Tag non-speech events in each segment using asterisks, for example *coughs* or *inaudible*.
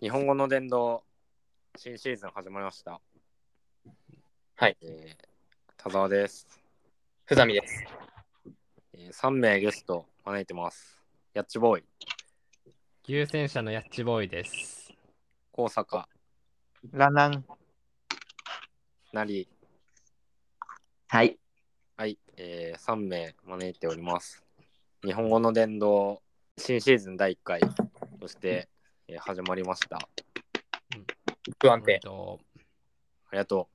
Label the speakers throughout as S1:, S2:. S1: 日本語の伝道新シーズン始まりました。
S2: はい、
S1: えー、田沢です、
S2: ふざみです。
S1: えー。3名ゲスト招いてます。ヤッチボーイ、
S3: 優先者のヤッチボーイです。
S1: 高坂、
S4: ラナン。
S1: なり、
S4: はい。
S1: はい、えー、3名招いております。日本語の伝道新シーズン第1回として、えー始まりました。あ
S2: 不安
S3: えっ
S2: 定。
S3: と、
S1: りがと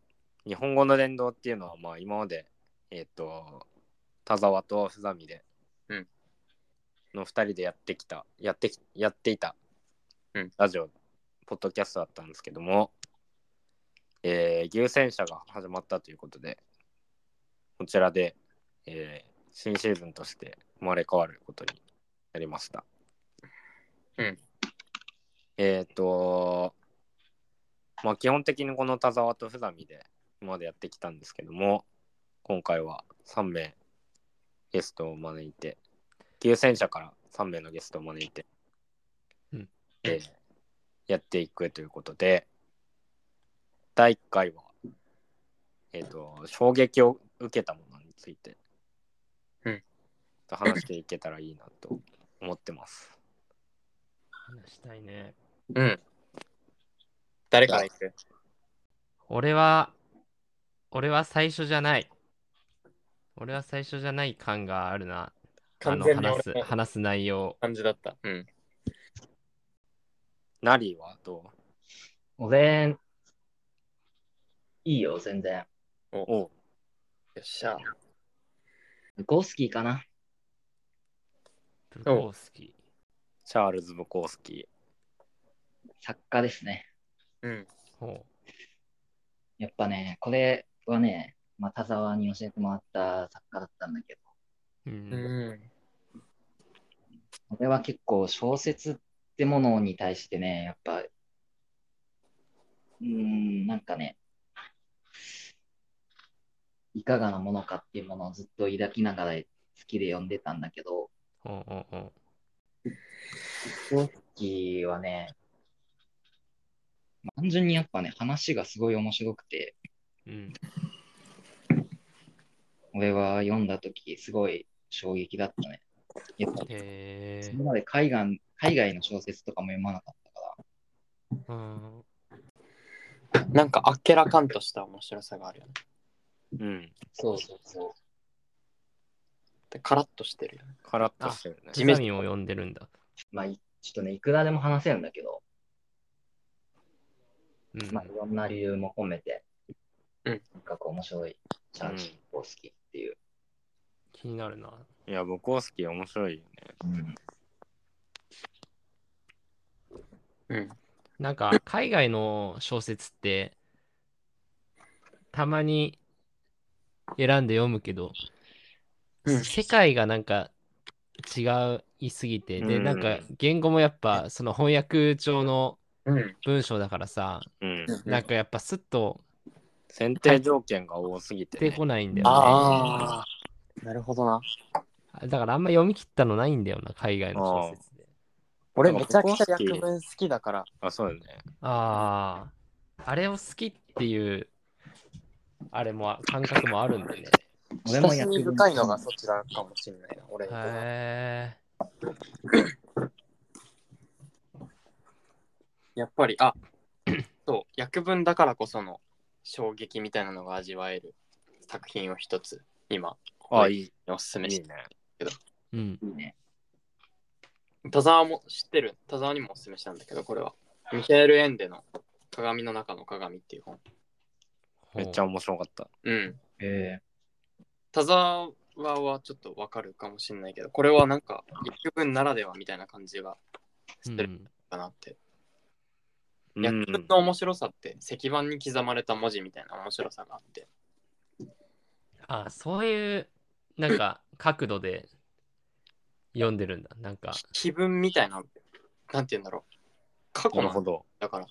S1: う。日本語の伝道っていうのは、まあ、今まで、えっ、と、田沢と須ざみで、
S2: うん
S1: の2人でやってきた、やってきやっていた、
S2: うん
S1: ラジオ、ポッドキャストだったんですけども、えー、牛戦車が始まったということで、こちらで、えー新シーズンとして生まれ変わることになりました。
S2: うん。
S1: えっ、と、まあ基本的にこの田沢とふざみで今までやってきたんですけども、今回は3名ゲストを招いて、牛戦車から3名のゲストを招いて、
S3: うん
S1: えーやっていくということで、第1回は、えっ、と、衝撃を受けたものについて、
S2: うん
S1: と話していけたらいいなと思ってます。
S3: 話したいね。
S2: うん。誰から行く
S3: 俺は、俺は最初じゃない。俺は最初じゃない感があるな。あ
S2: 完
S3: の
S2: 全に俺
S3: 話す
S2: の
S3: 話す内容。
S2: 感じだった。うん。
S1: ナリーはど
S5: 俺、いいよ、全然。
S1: うおう
S2: よっしゃ。
S5: ゴスキーかな。
S3: ブコースキ
S1: チャールズ・ブコースキ
S5: 作家ですね。
S2: うん。
S3: ー。ほう
S5: やっぱね、これはね、まあ、田沢に教えてもらった作家だったんだけど、
S3: うん。
S5: 俺は結構小説ってものに対してね、やっぱ、うーん、なんかね、いかがなものかっていうものをずっと抱きながら好きで読んでたんだけど、
S3: ほうほうほう。
S5: ゴスキーはね、単純にやっぱね、話がすごい面白くて、
S3: うん。
S5: 俺は読んだとき、すごい衝撃だったね。やっぱ、
S3: へ
S5: そ
S3: え
S5: れ。まで海外海外の小説とかも読まなかったか
S3: うん。
S2: なんかあっけらかんとした面白さがあるよね。
S1: ー。うん。
S5: ら。そうそうそ
S2: でカラッとしてるよね。
S1: カラッとしてるね。
S2: 地
S3: 地
S2: 面
S3: 面を読んでるんだ。
S5: う。まあ、いちょっとね、いくらでも話せるんだけど、
S3: うん。
S5: まあ、いろんな理由も込めて、
S2: うん
S5: なんかこう面白い、チャールズ・ポースキーっていう。
S3: 気になるな。
S1: いや、ブコースキー面白いよね。
S2: うん。
S3: なんか海外の小説ってたまに選んで読むけど、
S2: うん
S3: 世界がなんか違いすぎて、で、
S1: うん
S3: なんか言語もやっぱその翻訳上の
S2: うん。
S3: 文章だからさ、
S1: うん。
S3: なんかやっぱスッと
S1: 選定条件が多すぎて、
S3: 出て
S1: ね。
S3: こないんだよね。
S2: ああ。なるほどな。
S3: だからあんま読み切ったのないんだよな、海外の小説で。
S2: 俺めちゃくちゃ役分好きだから。
S1: あ、そうだよね。
S3: ああ、あれを好きっていう、あれも感覚もあるんだよね。
S5: 俺
S2: 親
S5: も
S2: し
S5: やって
S2: み
S5: る
S2: 深いのがそちらかもしれないな。俺の方が
S3: へえ。
S2: やっぱり、あ *clears throat* そう、役分だからこその衝撃みたいなのが味わえる作品を一つ、今、
S1: あ、いい。い
S2: おすすめ
S1: い
S2: し
S1: ね。
S3: うん。
S5: いいね。
S2: 田沢も知ってる田沢にもおすすめしたんだけどこれはミヒャエル・エンデの「鏡の中の鏡」っていう本
S1: めっちゃ面白かった。
S2: うん
S5: え
S2: 田沢はちょっとわかるかもしれないけどこれはなんか一分ならではみたいな感じがしてるかなって、
S1: うん。
S2: 役分の面白さって石板に刻まれた文字みたいな面白さがあって
S3: あそういうなんか角度で読んでるんだなんか
S2: 気分みたいななんて言うんだろう過去
S1: なるほ
S2: の
S1: ど。
S2: だから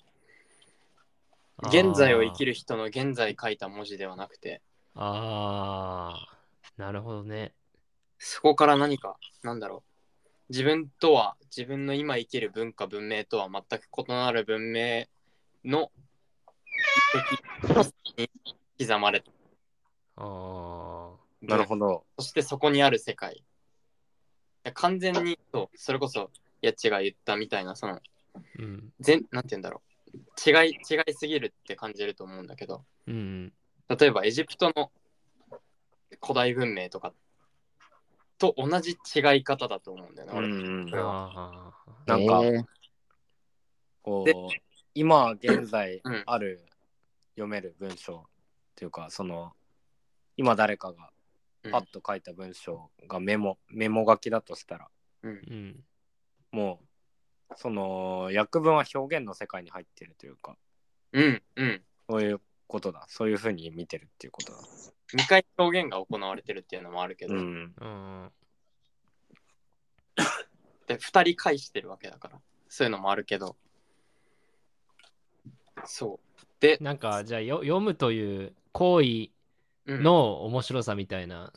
S2: 現在を生きる人の現在書いた文字ではなくて
S3: あーあーなるほどね
S2: そこから何か、なんだろう、自分とは自分の今生きる文化文明とは全く異なる文明の一滴に刻まれた
S3: あ
S1: なるほど。
S2: そしてそこにある世界。いや完全にそうそれこそやっちが言ったみたいなその
S3: ーうん
S2: 全なんて言うんだろう違い違いすぎるって感じると思うんだけど
S3: うん
S2: 例えばエジプトの古代文明とかと同じ違い方だと思うんだよね、
S1: う
S2: 俺
S1: んうん
S3: うんあ
S1: な
S5: なんん
S1: か
S5: か、
S1: こ
S2: で
S1: う今現在
S2: うん
S1: ある読める文章っていうかその今誰かが
S2: うん
S1: パッと書いた文章がメモ、メモ書きだとしたら
S2: うん
S3: ーうん
S1: もうその訳文は表現の世界に入ってるというか
S2: うんうん
S1: そういうことだそういうふうに見てるっていうことだ
S2: 2回表現が行われてるっていうのもあるけど、
S1: うん
S3: うん
S2: で2人返してるわけだからそういうのもあるけどそうで、
S3: なんかじゃあよ読むという行為
S2: うん
S3: の面白さみたいな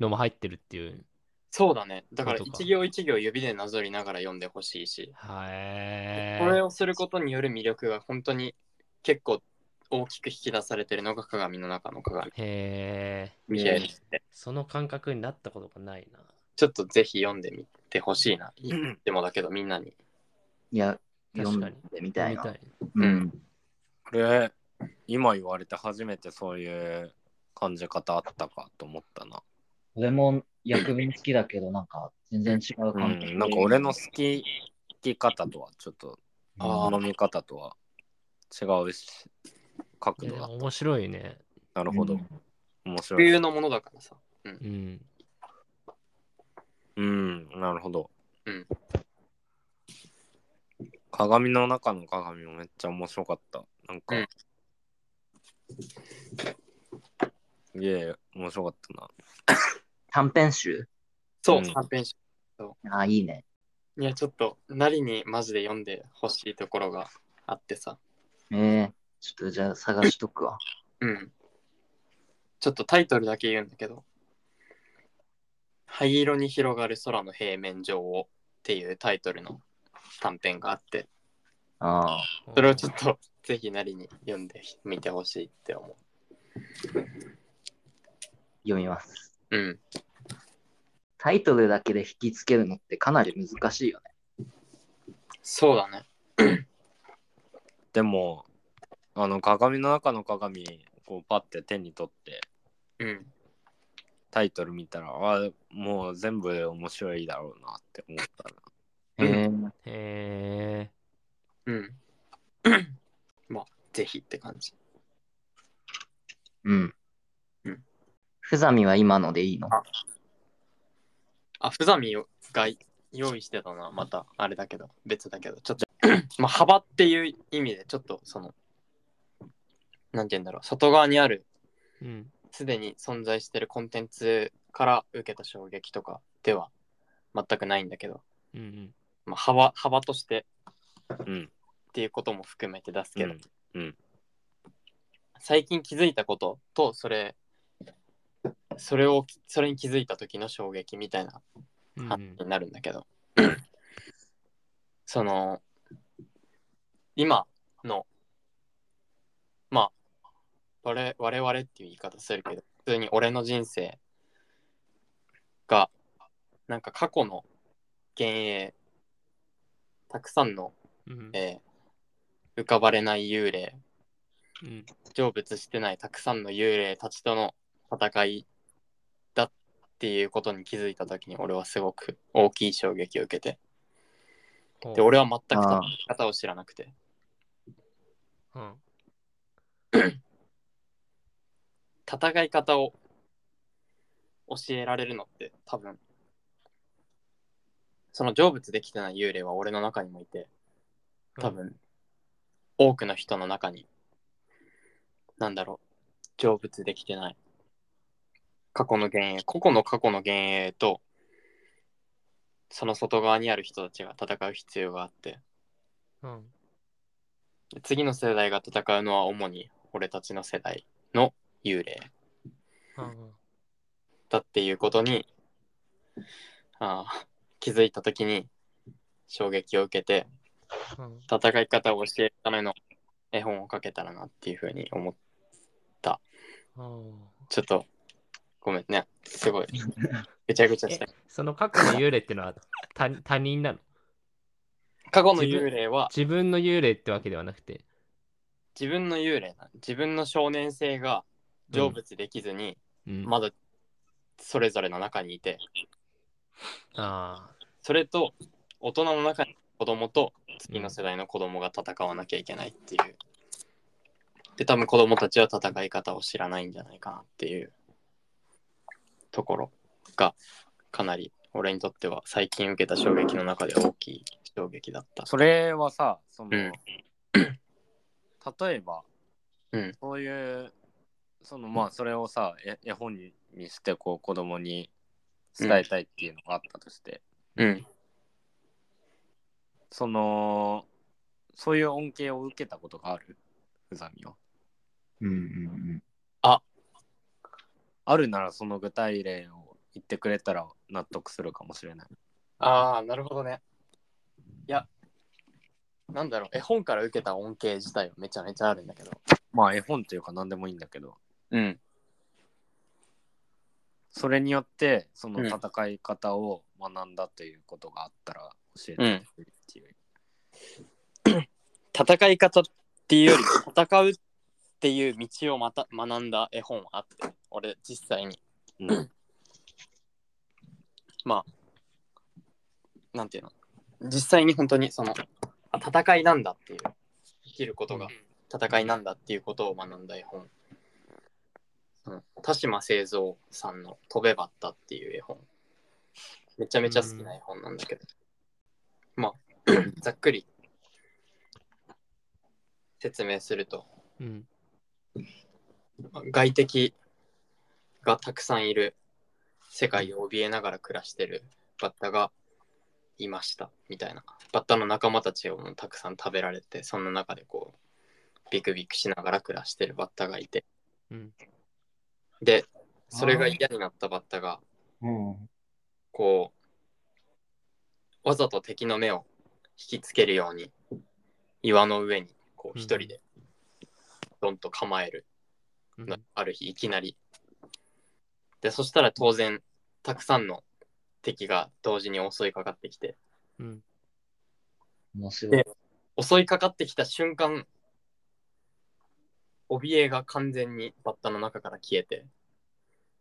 S3: のも入ってるっていう。
S2: そうだねだから
S3: そういうことか
S2: 一行一行指でなぞりながら読んでほしいし
S3: はい。
S2: これをすることによる魅力が本当に結構大きく引き出されてるのが鏡の中の鏡
S3: へえ。
S2: みたいですね
S3: その感覚になったことがないな。
S2: ちょっとぜひ読んでみてほしいな。でもだけどみんなに。
S4: いや、
S3: 確
S4: 読ん
S3: か
S4: で
S3: に
S4: みたい
S3: 読
S4: な。
S3: み
S4: うん。
S1: *clears throat* これ今言われて初めてそういう感じ方あったかと思ったな、
S5: 俺も薬瓶好きだけど、なんか全然違う
S1: う
S5: 感じ。
S1: ん、なんか俺の好き好き方とはちょっと
S2: あー
S1: 飲み方とは違うし角
S3: い
S1: 度
S3: や
S1: だ
S3: 面白いね。
S1: なるほど、
S5: うん
S1: 面白い
S2: 冬のものだからさ。
S3: うん。
S1: うんなるほど、
S2: うん
S1: 鏡の中の鏡もめっちゃ面白かったなんか、
S2: うん
S1: すげえ面白かったな
S4: 短編集
S2: そうう、
S1: ん
S2: 短編集。
S4: あ、いいね。
S2: いや、ちょっと、なりにマジで読んでほしいところがあってさ。
S4: えー、ちょっとじゃあ探しとくわ。
S2: うん。ちょっとタイトルだけ言うんだけど、灰色に広がる空の平面上をっていうタイトルの短編があって、
S4: あ
S2: それをちょっとぜひなりに読んでみてほしいって思
S4: ー読みます。
S2: う。うん。
S4: タイトルだけで引きつけるのってかなり難しいよね。
S2: そうだね。
S1: でもあの鏡の中の鏡こうパッて手に取って
S2: うん。
S1: タイトル見たらあもう全部面白いだろうなって思った
S2: うん
S1: な
S4: えー、
S3: へえ。
S2: うん。 *coughs* まあ、ぜひって感じ。
S4: うん
S2: うん。
S4: ふざみは今のでいいの
S2: ああ、ふざみが用意してたな、また、あれだけど、別だけど、ちょっと、 *coughs* まあ、幅っていう意味で、ちょっと、その、なんて言うんだろう、外側にある、
S3: うん。
S2: すでに存在してるコンテンツから受けた衝撃とかでは全くないんだけど、
S3: うんうん。
S2: まあ、幅、幅として
S1: うん
S2: っていうことも含めて出す
S1: う
S2: けど、
S1: ん
S2: 最近気づいたことと、それ、それを、それに気づいた時の衝撃みたいな
S3: うんう
S2: 話
S3: ん
S2: になるんだけど、 *clears throat* その今のまあ我々我々っていう言い方するけど普通に俺の人生がなんか過去の幻影たくさんの、
S3: うん
S2: えー浮かばれない幽霊
S3: うん
S2: 成仏してないたくさんの幽霊たちとの戦いだっていうことに気づいた時に俺はすごく大きい衝撃を受けてで俺は全く
S4: あー
S2: 戦い方を知らなくて
S3: うん
S2: 戦い方を教えられるのって多分その成仏できてない幽霊は俺の中にもいて多分、多くの人の中になんだろう成仏できてない過去の幻影個々の過去の幻影とその外側にある人たちが戦う必要があって
S3: うん
S2: で次の世代が戦うのは主に俺たちの世代の幽霊
S3: うん
S2: だっていうことにああ気づいた時に衝撃を受けて
S3: うん
S2: 戦い方を教えるための絵本を書けたらなっていうふうに思っ
S3: うん
S2: ちょっとごめんねすごいぐちゃぐちゃした
S3: その過去の幽霊ってのは他他人なの
S2: 過去の幽霊は
S3: 自分の幽霊ってわけではなくて。
S2: 自分の幽霊な自分の少年性が成仏できずに、
S3: うん、
S2: まだそれぞれの中にいて
S3: あ
S2: それと大人の中に子供と次の世代の子供が戦わなきゃいけないっていう。で多分子供たちは戦い方を知らないんじゃないかなっていうところがかなり俺にとっては最近受けた衝撃の中で大きい衝撃だった。
S1: それはさ、その、
S2: うん
S1: 例えば、
S2: うん
S1: そういう、そのまあそれをさ、え絵本にしてこう子供に伝えたいっていうのがあったとして、
S2: うん。
S1: その、そういう恩恵を受けたことがあるふざみは。
S5: うんうん
S1: あるならその具体例を言ってくれたら納得するかもしれない。
S2: ああ、なるほどね。いや、なんだろう、絵本から受けた恩恵自体はめちゃめちゃあるんだけど。
S1: まあ絵本というか何でもいいんだけど、
S2: うん。
S1: それによってその
S2: うん
S1: 戦い方を学んだということがあったら教えてくれるっていう。
S2: 戦い方っていうより、戦うっていう道をまた学んだ絵本あって、俺実際に、
S1: うん
S2: なんていうの、実際に本当にその、あ戦いなんだっていう、生きることが戦いなんだっていうことを学んだ絵本。その田島製三さんの「飛べばった」っていう絵本。めちゃめちゃ好きな絵本なんだけど。まあ、ざっくり説明すると、
S3: あ。うん。
S2: 外敵がたくさんいる世界を怯えながら暮らしてるバッタがいましたみたいなバッタの仲間たちをもうたくさん食べられてその中でこうビクビクしながら暮らしてるバッタがいて
S3: うん。
S2: でそれが嫌になったバッタが
S5: うん。
S2: こうわざと敵の目を引きつけるように岩の上にこう一人でドンと構える
S3: うん
S2: のある日いきなり。でそしたら当然たくさんの敵が同時に襲いかかってきて
S3: うん。
S5: 面白い。
S2: 襲いかかってきた瞬間怯えが完全にバッタの中から消えて、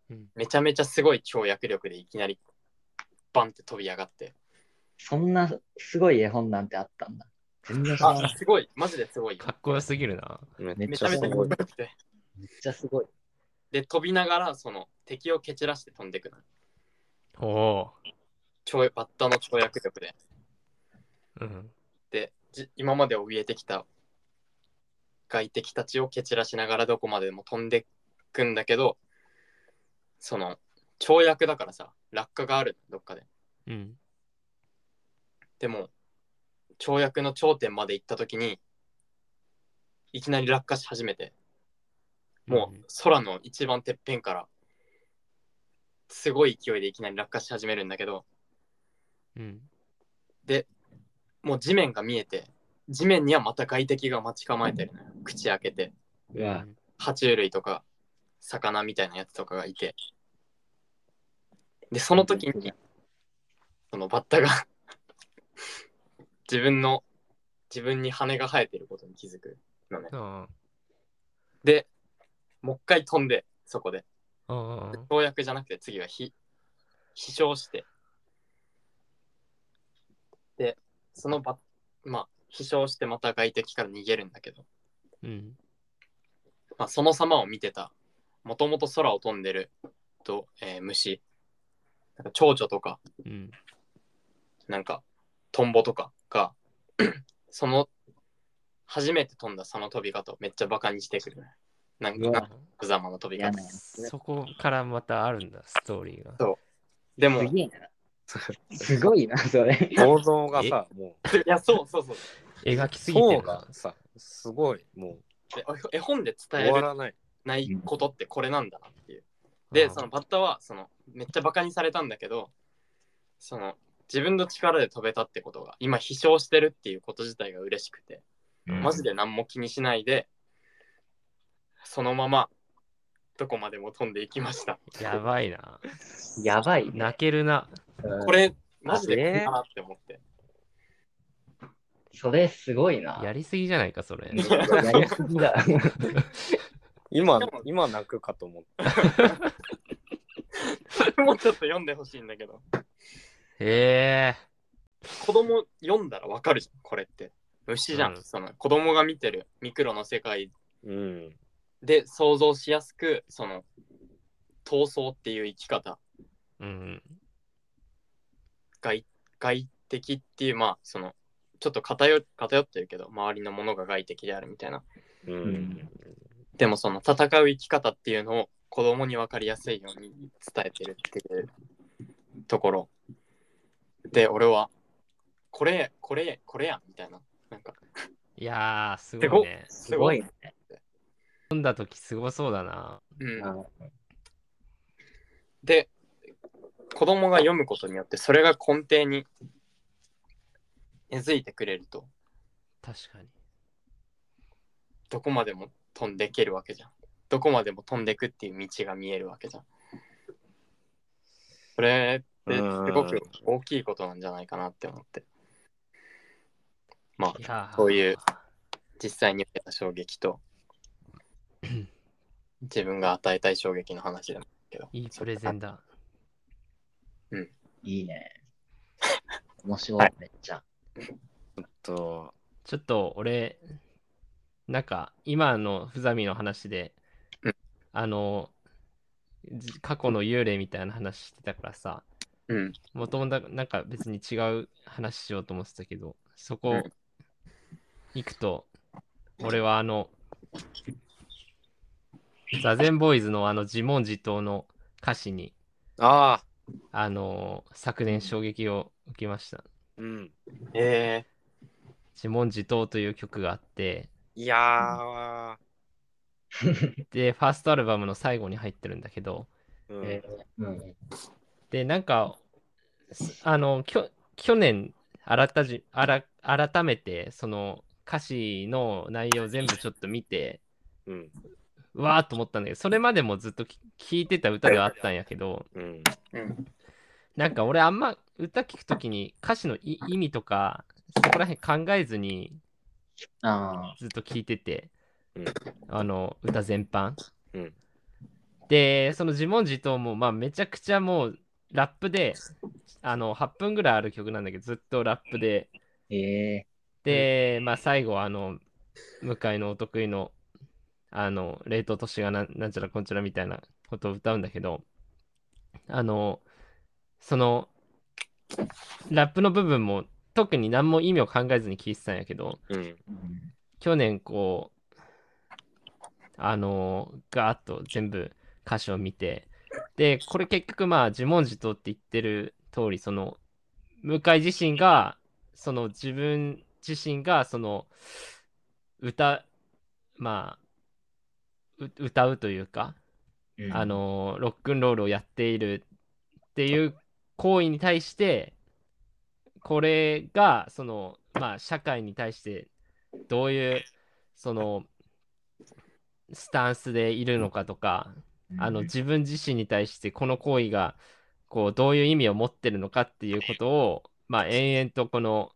S3: うん
S2: めちゃめちゃすごい跳躍力でいきなりバンって飛び上がって
S5: そんなすごい絵本なんてあったんだ。全然知らな
S2: あ
S5: い。
S2: すごいマジですごい
S3: かっこよすぎるな。
S1: め
S5: め
S2: め
S5: っ
S2: ちゃめちゃかっこよくて
S5: めっちゃすごい。
S2: で飛びながらその敵を蹴散らして飛んでくの
S3: おお
S2: 跳バッタの跳躍力で
S3: ー。うん。
S2: でじ今まで怯えてきた外敵たちを蹴散らしながらどこまでも飛んでくんだけどその跳躍だからさ落下があるどっかで
S3: うん。
S2: でも跳躍の頂点まで行った時にいきなり落下し始めてもう空の一番てっぺんからすごい勢いでいきなり落下し始めるんだけど
S3: うん。うん。
S2: もう地面が見えて地面にはまた外敵が待ち構えてるのよ口開けて
S5: うわ、
S2: 爬虫類とか魚みたいなやつとかがいてでその時にそのバッタが自分の自分に羽が生えてることに気づくのね
S3: あ
S2: でもう一回飛んでそこで
S3: あ。あ
S2: で跳躍じゃなくて次は飛飛翔してでそのバッまあ飛翔してまた外敵から逃げるんだけど
S3: うん。
S2: まあ、その様を見てた、もともと空を飛んでると、えー虫、なんか蝶々とか、
S3: うん。
S2: なんかトンボとかが、 *clears throat* その、初めて飛んだその飛び方をめっちゃバカにしてくる。なん
S5: う
S2: か、な
S5: わ
S2: んか無様の飛び
S5: 嫌
S2: 方。
S5: なやつ。
S3: そこからまたあるんだ、ストーリーが。
S2: ですも、い
S5: げえな。すごいな、それ。
S1: 構造がさ、もう、
S2: や、そうそうそう。
S3: 描きすぎて
S1: 層
S3: るな
S1: が。さ、すごい、も
S2: で絵本で
S1: う、
S2: 伝
S1: 終
S2: え
S1: わ
S2: る
S1: らない。
S2: ないことってこれなんだなっていう。で、そのバッタは、その、めっちゃバカにされたんだけど、その、自分の力で飛べたってことが今飛翔してるっていうこと自体が嬉しくて
S3: うん
S2: マジで何も気にしないでそのままどこまでも飛んでいきました
S3: やばいな。
S5: やばい、ね。
S3: 泣けるな。
S2: これマジでこれかなって思って
S5: それすごいな。
S3: やりすぎじゃないか、
S5: *laughs*
S3: それ。
S5: やりすぎだ。
S1: 今
S2: でも、
S1: 今泣くかと思った。
S2: もうちょっと読んでほしいんだけど
S3: へえ。
S2: 子供読んだらわかるじゃんこれって牛じゃん、
S3: うん
S2: その子供が見てるミクロの世界
S1: うん。
S2: で想像しやすくその闘争っていう生き方
S3: うん。
S2: 外外的っていうまあそのちょっと偏偏ってるけど周りのものが外的であるみたいな
S1: うん。
S5: ん
S2: でもその戦う生き方っていうのを子供に分かりやすいように伝えてるっていうところで俺はこれこれこれやみたいななんか
S3: いやー、すごいね。
S5: すごいね。
S3: 飲んだ時すごそうだな。
S2: うん
S5: うん
S2: で子供が読むことによってそれが根底に根付いてくれると
S3: 確かに。
S2: どこまでも飛んでいけるわけじゃんどこまでも飛んでくっていう道が見えるわけじゃんそれってすごく大きいことなんじゃないかなって思ってまあ
S3: いやー
S2: そういう実際に受けた衝撃 *clears throat* と自分が与えたい衝撃の話でもあるけど
S3: いいプレゼンだ。
S5: いいね。面白い、
S2: はい
S5: めっちゃ。
S1: と、
S3: ちょっと俺、なんか今のふざみの話で
S2: うん、
S3: あの、じ過去の幽霊みたいな話してたからさ、
S2: うん
S3: もともとなんか別に違う話しようと思ってたけど、そうこ
S2: ん
S3: 行くと、俺はあの、ザゼンボーイズのあの自問自答の歌詞に、
S1: ああ、
S3: あの昨年衝撃を受けました。
S1: うん。
S2: え
S3: 自問自答という曲があって、
S1: いや
S3: で、ファーストアルバムの最後に入ってるんだけど、
S1: ー、うん
S5: えうん。
S3: で、なんか、すあの、きょ去年改たじ、あら改めて、その歌詞の内容全部ちょっと見て、
S1: うん。
S3: うわーっと思ったんだけど、それまでもずっとき聴いてた歌ではあったんやけど、
S1: うん。
S2: ー、うん
S3: なんか俺あんま歌聴くときに歌詞のい意味とか、そこら辺考えずに
S5: あ
S3: ずっと聴いてて、
S1: うん
S3: あの、歌全般。
S1: うん
S3: で、その自問自答も、まあ、めちゃくちゃもう、ラップで、あの、8分ぐらいある曲なんだけど、ずっとラップで、
S5: ーえ
S3: で、まあ、最後、あの、向井のお得意の、あの、冷凍都市がなんなんちゃらこんちゃらみたいなことを歌うんだけど、あの、その、ラップの部分も、特に何も意味を考えずに聞いてたんやけど、
S1: うん。
S5: ーうん
S3: 去年こうあのガーッと全部歌詞を見てでこれ結局まあ自問自答って言ってる通りその向井自身がその自分自身がその歌まあう歌うというか、
S5: うん
S3: あ、のロックンロールをやっているっていう行為に対してこれがそのまあ社会に対してどういうそのスタンスでいるのかとか
S5: うん
S3: あの自分自身に対してこの行為がこうどういう意味を持ってるのかっていうことをまあ延々とこの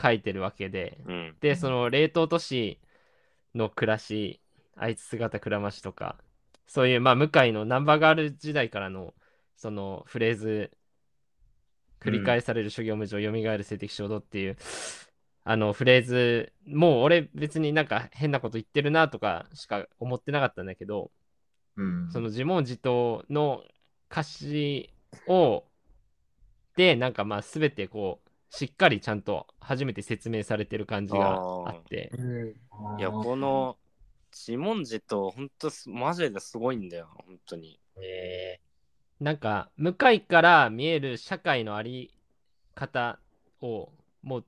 S3: 書いてるわけで
S1: うん。
S3: でその冷凍都市の暮らしあいつ姿くらましとかそういうまあ向井のナンバーガール時代からのそのフレーズ繰り返される諸行無常、蘇る性的衝動っていうあのフレーズもう俺別になんか変なこと言ってるなとかしか思ってなかったんだけど
S5: うん、
S3: その自問自答の歌詞をでなんかまあ全てこうしっかりちゃんと初めて説明されてる感じがあって
S2: うん
S1: いや、
S5: あー
S1: こ、の、自問自答、ほんとす、マジですごいんだよ、ほんとに。
S5: え
S3: なんか向かいから見える社会のあり方をもう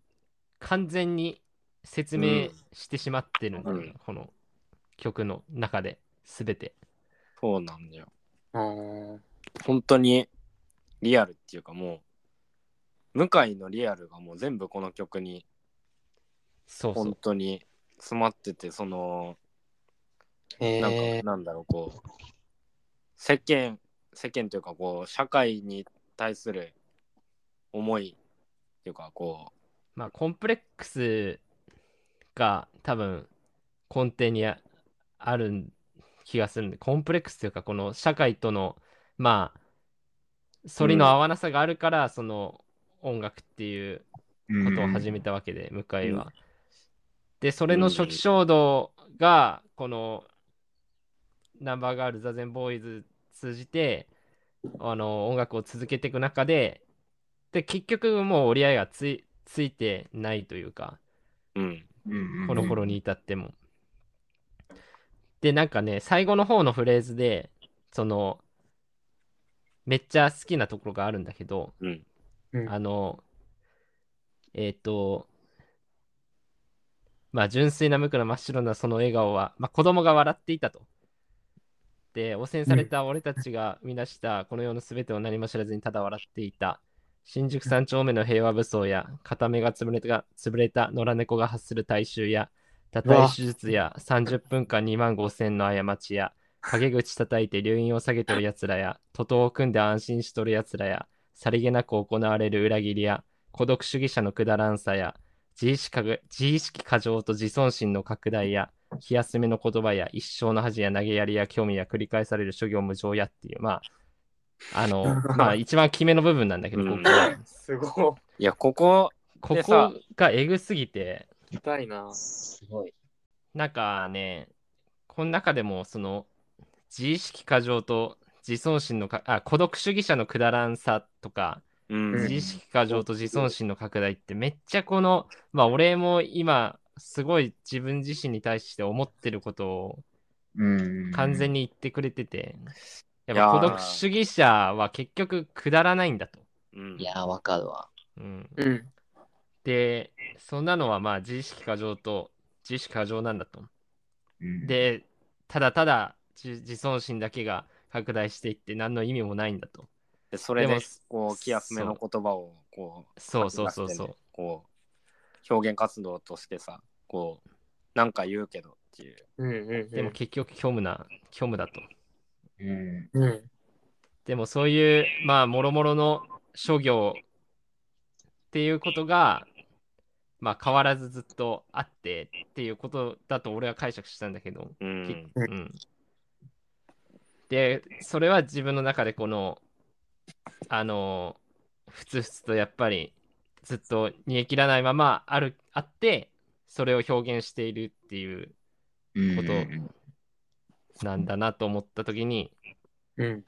S3: 完全に説明してしまってるんだよね、
S1: うん
S3: この曲の中で全て
S1: そうなんだよ。
S2: あー
S1: 本当にリアルっていうかもう向井のリアルがもう全部この曲に
S3: そうそ
S1: 本
S3: う。
S1: 当に詰まっててその
S2: え
S1: なんか、
S2: ー、
S1: なんだろうこう世間世間というかこう社会に対する思いっていうかこ
S3: まあ、コンプレックスが多分根底にあある気がするんで、コンプレックスというか、この社会との、まあ、反りの合わなさがあるから、その音楽っていうことを始めたわけで、向井は。で、それの初期衝動が、この、ナンバーガール、ザ・ゼン・ボーイズ通じて、あの、音楽を続けていく中で、で、結局もう折り合いがついついてないというか、
S1: ううん
S3: この頃に至っても。で、なんかね、最後の方のフレーズで、その、めっちゃ好きなところがあるんだけど、
S1: うん
S2: うん
S3: あの、えっ、と、まあ、純粋な無垢な真っ白なその笑顔は、まあ、子供が笑っていたと。で、汚染された俺たちが生み出したこの世の全てを何も知らずにただ笑っていた。新宿三丁目の平和武装や、片目が潰れた潰れた野良猫が発する大衆や、
S2: うわ
S3: 叩い手術や、30分間2万5千の過ちや、陰口叩いて留飲を下げてるやつらや、徒党を組んで安心しとるやつらや、さりげなく行われる裏切りや、孤独主義者のくだらんさや、自意識かぐ自意識過剰と自尊心の拡大や、気休めの言葉や、一生の恥や投げやりや興味や繰り返される諸行無常やっていう、まあ、
S2: *laughs*
S3: あの、まあ一番決めの部分なんだけど、
S1: うん
S3: ここは
S2: すご
S1: いやここ
S3: こ
S1: で
S3: こ
S1: さ
S3: がえぐすぎて、
S2: い。痛いな。
S5: すごい。
S3: なんかね、この中でも、その、自意識過剰と自尊心のか、あ、孤独主義者のくだらんさとか、
S1: うん
S2: うん
S3: 自意識過剰と自尊心の拡大ってめっちゃこの、まあ俺も今、すごい自分自身に対して思ってることを
S5: うん。
S3: 完全
S5: に。
S3: に言ってくれてて、やっ
S1: いや
S3: ぱ
S1: ー
S3: 孤独主義者は結局くだらないんだと。
S1: うん
S5: いやー、わかるわ。
S3: うん、
S2: うん。
S3: で、そんなのはまあ自意識過剰と自意識過剰なんだと。
S5: うん、
S3: で、ただただ自自尊心だけが拡大していって何の意味もないんだと。
S1: でそれで
S3: でも
S1: こう気休めの言葉をこう
S3: そうそうそうそう。
S1: こう表現活動としてさこうなんか言うけどっていう
S2: うんうん。
S3: でも、結局虚無な、虚無だと。
S5: うん。
S2: うん。
S3: でもそういう、まあ、もろもろの諸行っていうことが、まあ、変わらずずっとあってっていうことだと俺は解釈したんだけど、
S1: う
S3: き
S1: ん
S3: うん。で、それは自分の中でこの、あの、ふつふつとやっぱりずっと煮え切らないままある、あって、それを表現しているっていう
S5: うん。
S3: ことなんだなと思った時に、
S2: うん。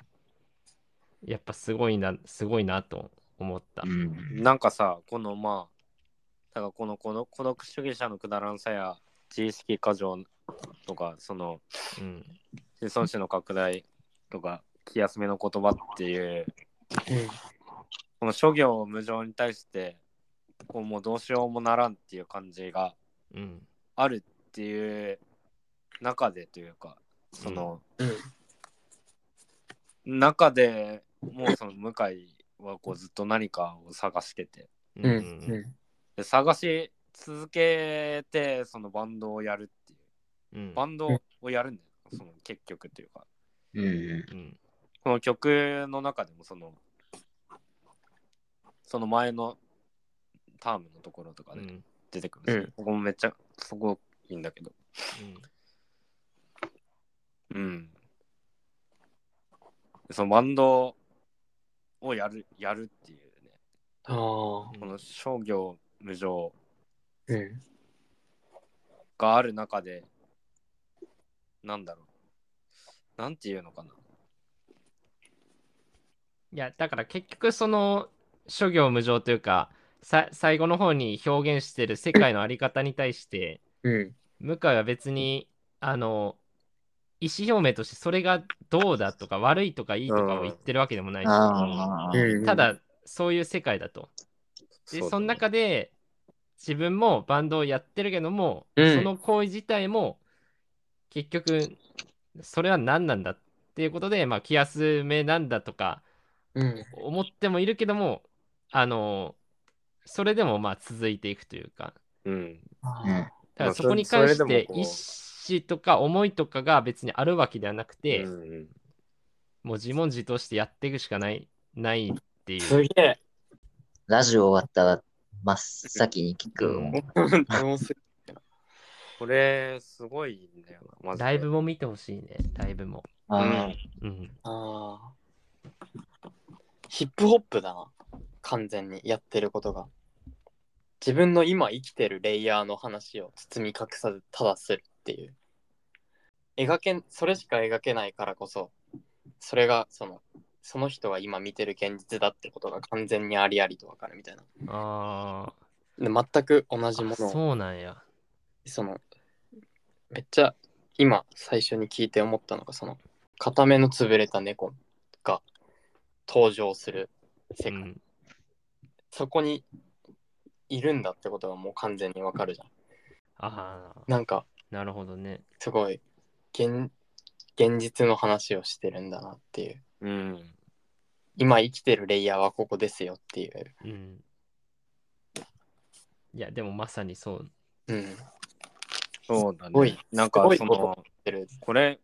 S3: やっぱすごいな、すごいなと思った
S5: う。ん。
S1: なんかさこのまあだからこのこの孤独主義者のくだらんさや自意識過剰とかその
S3: うん。
S1: 自尊心の拡大とか気休めの言葉っていうこの諸行無常に対してこうもうどうしようもならんっていう感じが
S3: うん。
S1: あるっていう中でというかその、
S2: うん。
S1: 中でもうその向井はこうずっと何かを探してて
S2: うん。う
S3: うん
S2: ん。
S1: で探し続けてそのバンドをやるっていう
S3: うん
S1: バンドをやるんだよその結局というか
S5: うん。
S3: うん
S1: この曲の中でもそのその前のタームのところとか
S3: う
S1: で
S3: ん
S1: 出てくるんですけど、ここもめっちゃすごくいいんだけどうんそのバンドをやるやるっていうね
S2: ああ。
S1: この商業無常
S2: うん。
S1: がある中で、なんだろう。なんていうのかな。
S3: いやだから結局その諸行無常というかさ最後の方に表現してる世界のあり方に対して
S2: うん。
S3: 向井は別にあの意思表明としてそれがどうだとか悪いとかいいとかを言ってるわけでもないし、
S5: ああ。
S2: うん。
S3: た、だそういう世界だと。で
S1: うだね
S3: その中で自分もバンドをやってるけども、
S2: うん
S3: その行為自体も結局それは何なんだっていうことで、まあ、気休めなんだとか
S2: うん。
S3: 思ってもいるけどもあのそれでもまあ続いていくというか、
S1: うん。
S5: うん。
S3: だか
S1: ま
S3: ら
S1: あ
S3: そこに関
S1: そ
S3: し
S1: れでも
S3: て
S1: こう
S3: 意思とか思いとかが別にあるわけではなくて、
S1: うんうん
S3: もう自問自答してやっていくしかないないっていう。
S2: すげ *laughs* え。
S5: ラジオ終わったら真っ先に聞く。
S3: うん
S2: 俺もす
S1: これ、すごいんだよな、マジで
S3: ライブも見てほしいね、ライブも。
S1: う
S5: あ
S1: ん。
S3: うん、
S2: あーヒップホップだな。完全にやってることが。自分の今生きてるレイヤーの話を包み隠さずただするっていう。描けん、それしか描けないからこそ、それがその、その人が今見てる現実だってことが完全にありありとわかるみたいな。
S3: あ
S2: で全く同じ
S3: ー
S2: も
S3: あ、
S2: のを
S3: そうなんや。
S2: そのめっちゃ今最初に聞いて思ったのがその片目の潰れた猫が登場する世
S3: う
S2: 界、
S3: ん、
S2: そこにいるんだってことがもう完全にわかるじゃん
S3: ああ、
S2: なんか
S3: なるほどね。
S2: すごい現現実の話をしてるんだなっていう
S1: うん。
S2: 今生きてるレイヤーはここですよっていう
S3: うん。いや、でもまさにそう。
S2: うん言っ
S1: そうだ
S2: すごい
S1: ね。なんか
S2: すご、い
S1: そ
S2: こ
S1: の、
S2: てる
S1: これ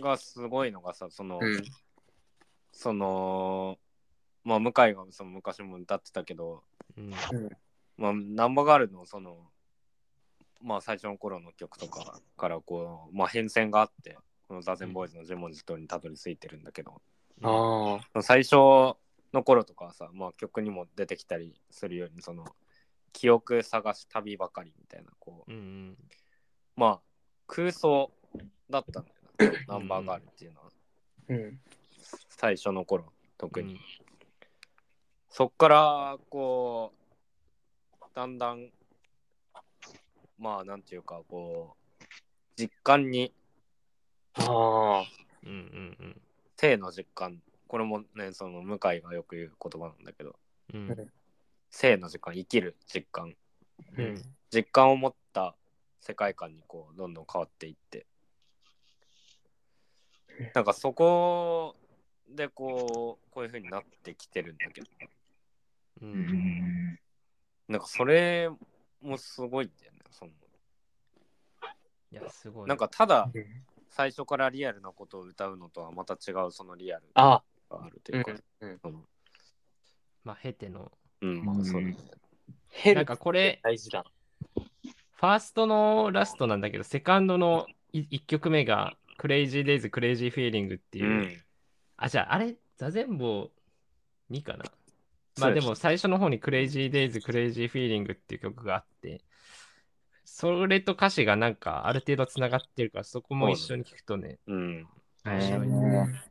S1: がすごいのがさ、その、
S2: うん
S1: その、まあ、向井がその昔も歌ってたけど、
S3: うん、
S1: まあ、ナンバーガールのその、まあ、最初の頃の曲とかからこう、まあ、変遷があって、この座禅ボーイズの自問自答にたどり着いてるんだけど、
S2: ああ
S1: 最初の頃とかはさ、まあ、曲にも出てきたりするように、その、記憶探し旅ばかりみたいな、こう、
S3: うんうん、
S1: まあ、空想だったんだよな、ナンバーガールっていうのは、
S2: うん
S1: 最初の頃、特に。
S3: うん
S1: そっからこうだんだんまあなんていうかこう実感に
S2: ああ
S3: うんうん
S1: 性の実感これもねその向井がよく言う言葉なんだけど
S3: うんうん
S1: 性の実感生きる実感
S2: う
S3: う
S2: ん
S3: ん
S1: 実感を持った世界観にこうどんどん変わっていってなんかそこでこうこういう風になってきてるんだけど
S5: う
S3: う
S5: んん。
S1: なんかそれもすごいんだよねその
S3: いや、すごい。
S1: なんか、ただ
S2: うん
S1: 最初からリアルなことを歌うのとはまた違うそのリアルが
S2: あ
S1: あると
S2: う
S1: い
S2: ん
S1: うか、
S2: うん
S1: その
S3: まあ、経ての。
S1: うん、まあそうだね。
S2: ヘ
S3: なんかこれ
S2: 大事だな
S3: ファーストのラストなんだけど、セカンドの1曲目が、クレイジーデイズ、クレイジーフィーリングっていうう。
S1: ん、
S3: あ、じゃあ、あれ、座禅坊2かな。ま
S1: そ
S3: あ
S1: う
S3: で
S1: です
S3: も、最初の方にクレイジーデイズ、クレイジーフィーリングっていう曲があって、それと歌詞がなんかある程度つながってるから、そこも一緒に聞くとね、
S1: うん、
S3: 面白い
S5: ね。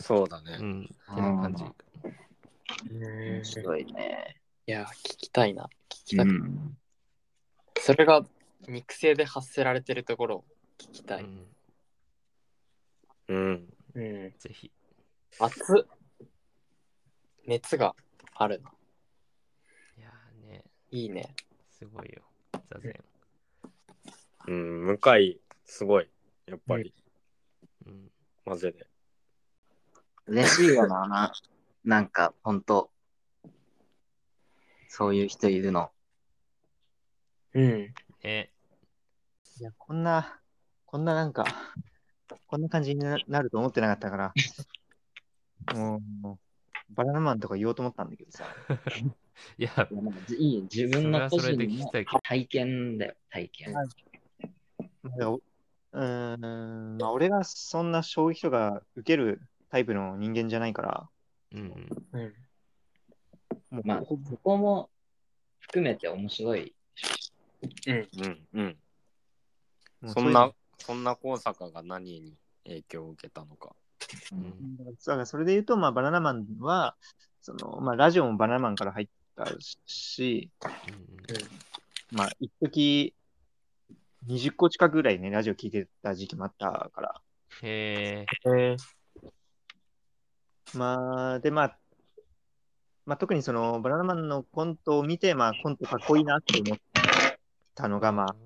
S1: そうだね
S3: う。ん、ってな感じ。
S5: 面白いね。
S2: いや、聞きたいな。聞きた
S5: う
S2: い。
S5: ん。
S2: それが肉声で発せられてるところを聞きた
S3: う
S2: い。
S3: ん
S1: うん、
S2: うん。
S3: ぜひ。
S2: 熱っ熱があるな。
S3: いやーね、
S2: いいね。
S3: すごいよ、座禅。
S1: うん、向井、すごい、やっぱり、
S3: うん、
S1: マジで。
S5: 嬉しいよな、ななんか、ほんと、そういう人いるの。
S2: うん。
S1: *laughs*
S3: ね、
S6: いや、こんな、こんななんか、こんな感じにななると思ってなかったから、もうもう、バナナマンとか言おうと思ったんだけどさ。
S3: いや、そ
S5: いやなんかじいいよ自分
S3: れ
S5: の
S3: は
S5: 個
S3: それ
S5: 人
S3: で聞き
S5: の
S3: たいけど。
S5: 体験だよ、体験。
S6: なんかおうーん、まあ、俺がそんな消費とか受けるタイプの人間じゃないから、
S3: うん、
S2: うん。
S6: もう、
S5: まあ、そこも含めて面白い。
S1: うん、うん。
S6: もう
S1: そんな、そんな高坂が何に影響を受けたのか。
S5: う
S3: うんん、
S6: だからだからそれで言うと、まあ、バナナマンは、そのまあ、ラジオもバナナマンから入ったし、まあ、一時20個近くぐらいね、ラジオ聞いてた時期もあったから。
S3: へえ、
S2: えー、
S6: まあ、で、まあ、まあ、特にそのバナナマンのコントを見て、まあ、コントかっこいいなって思ったのが、まあ、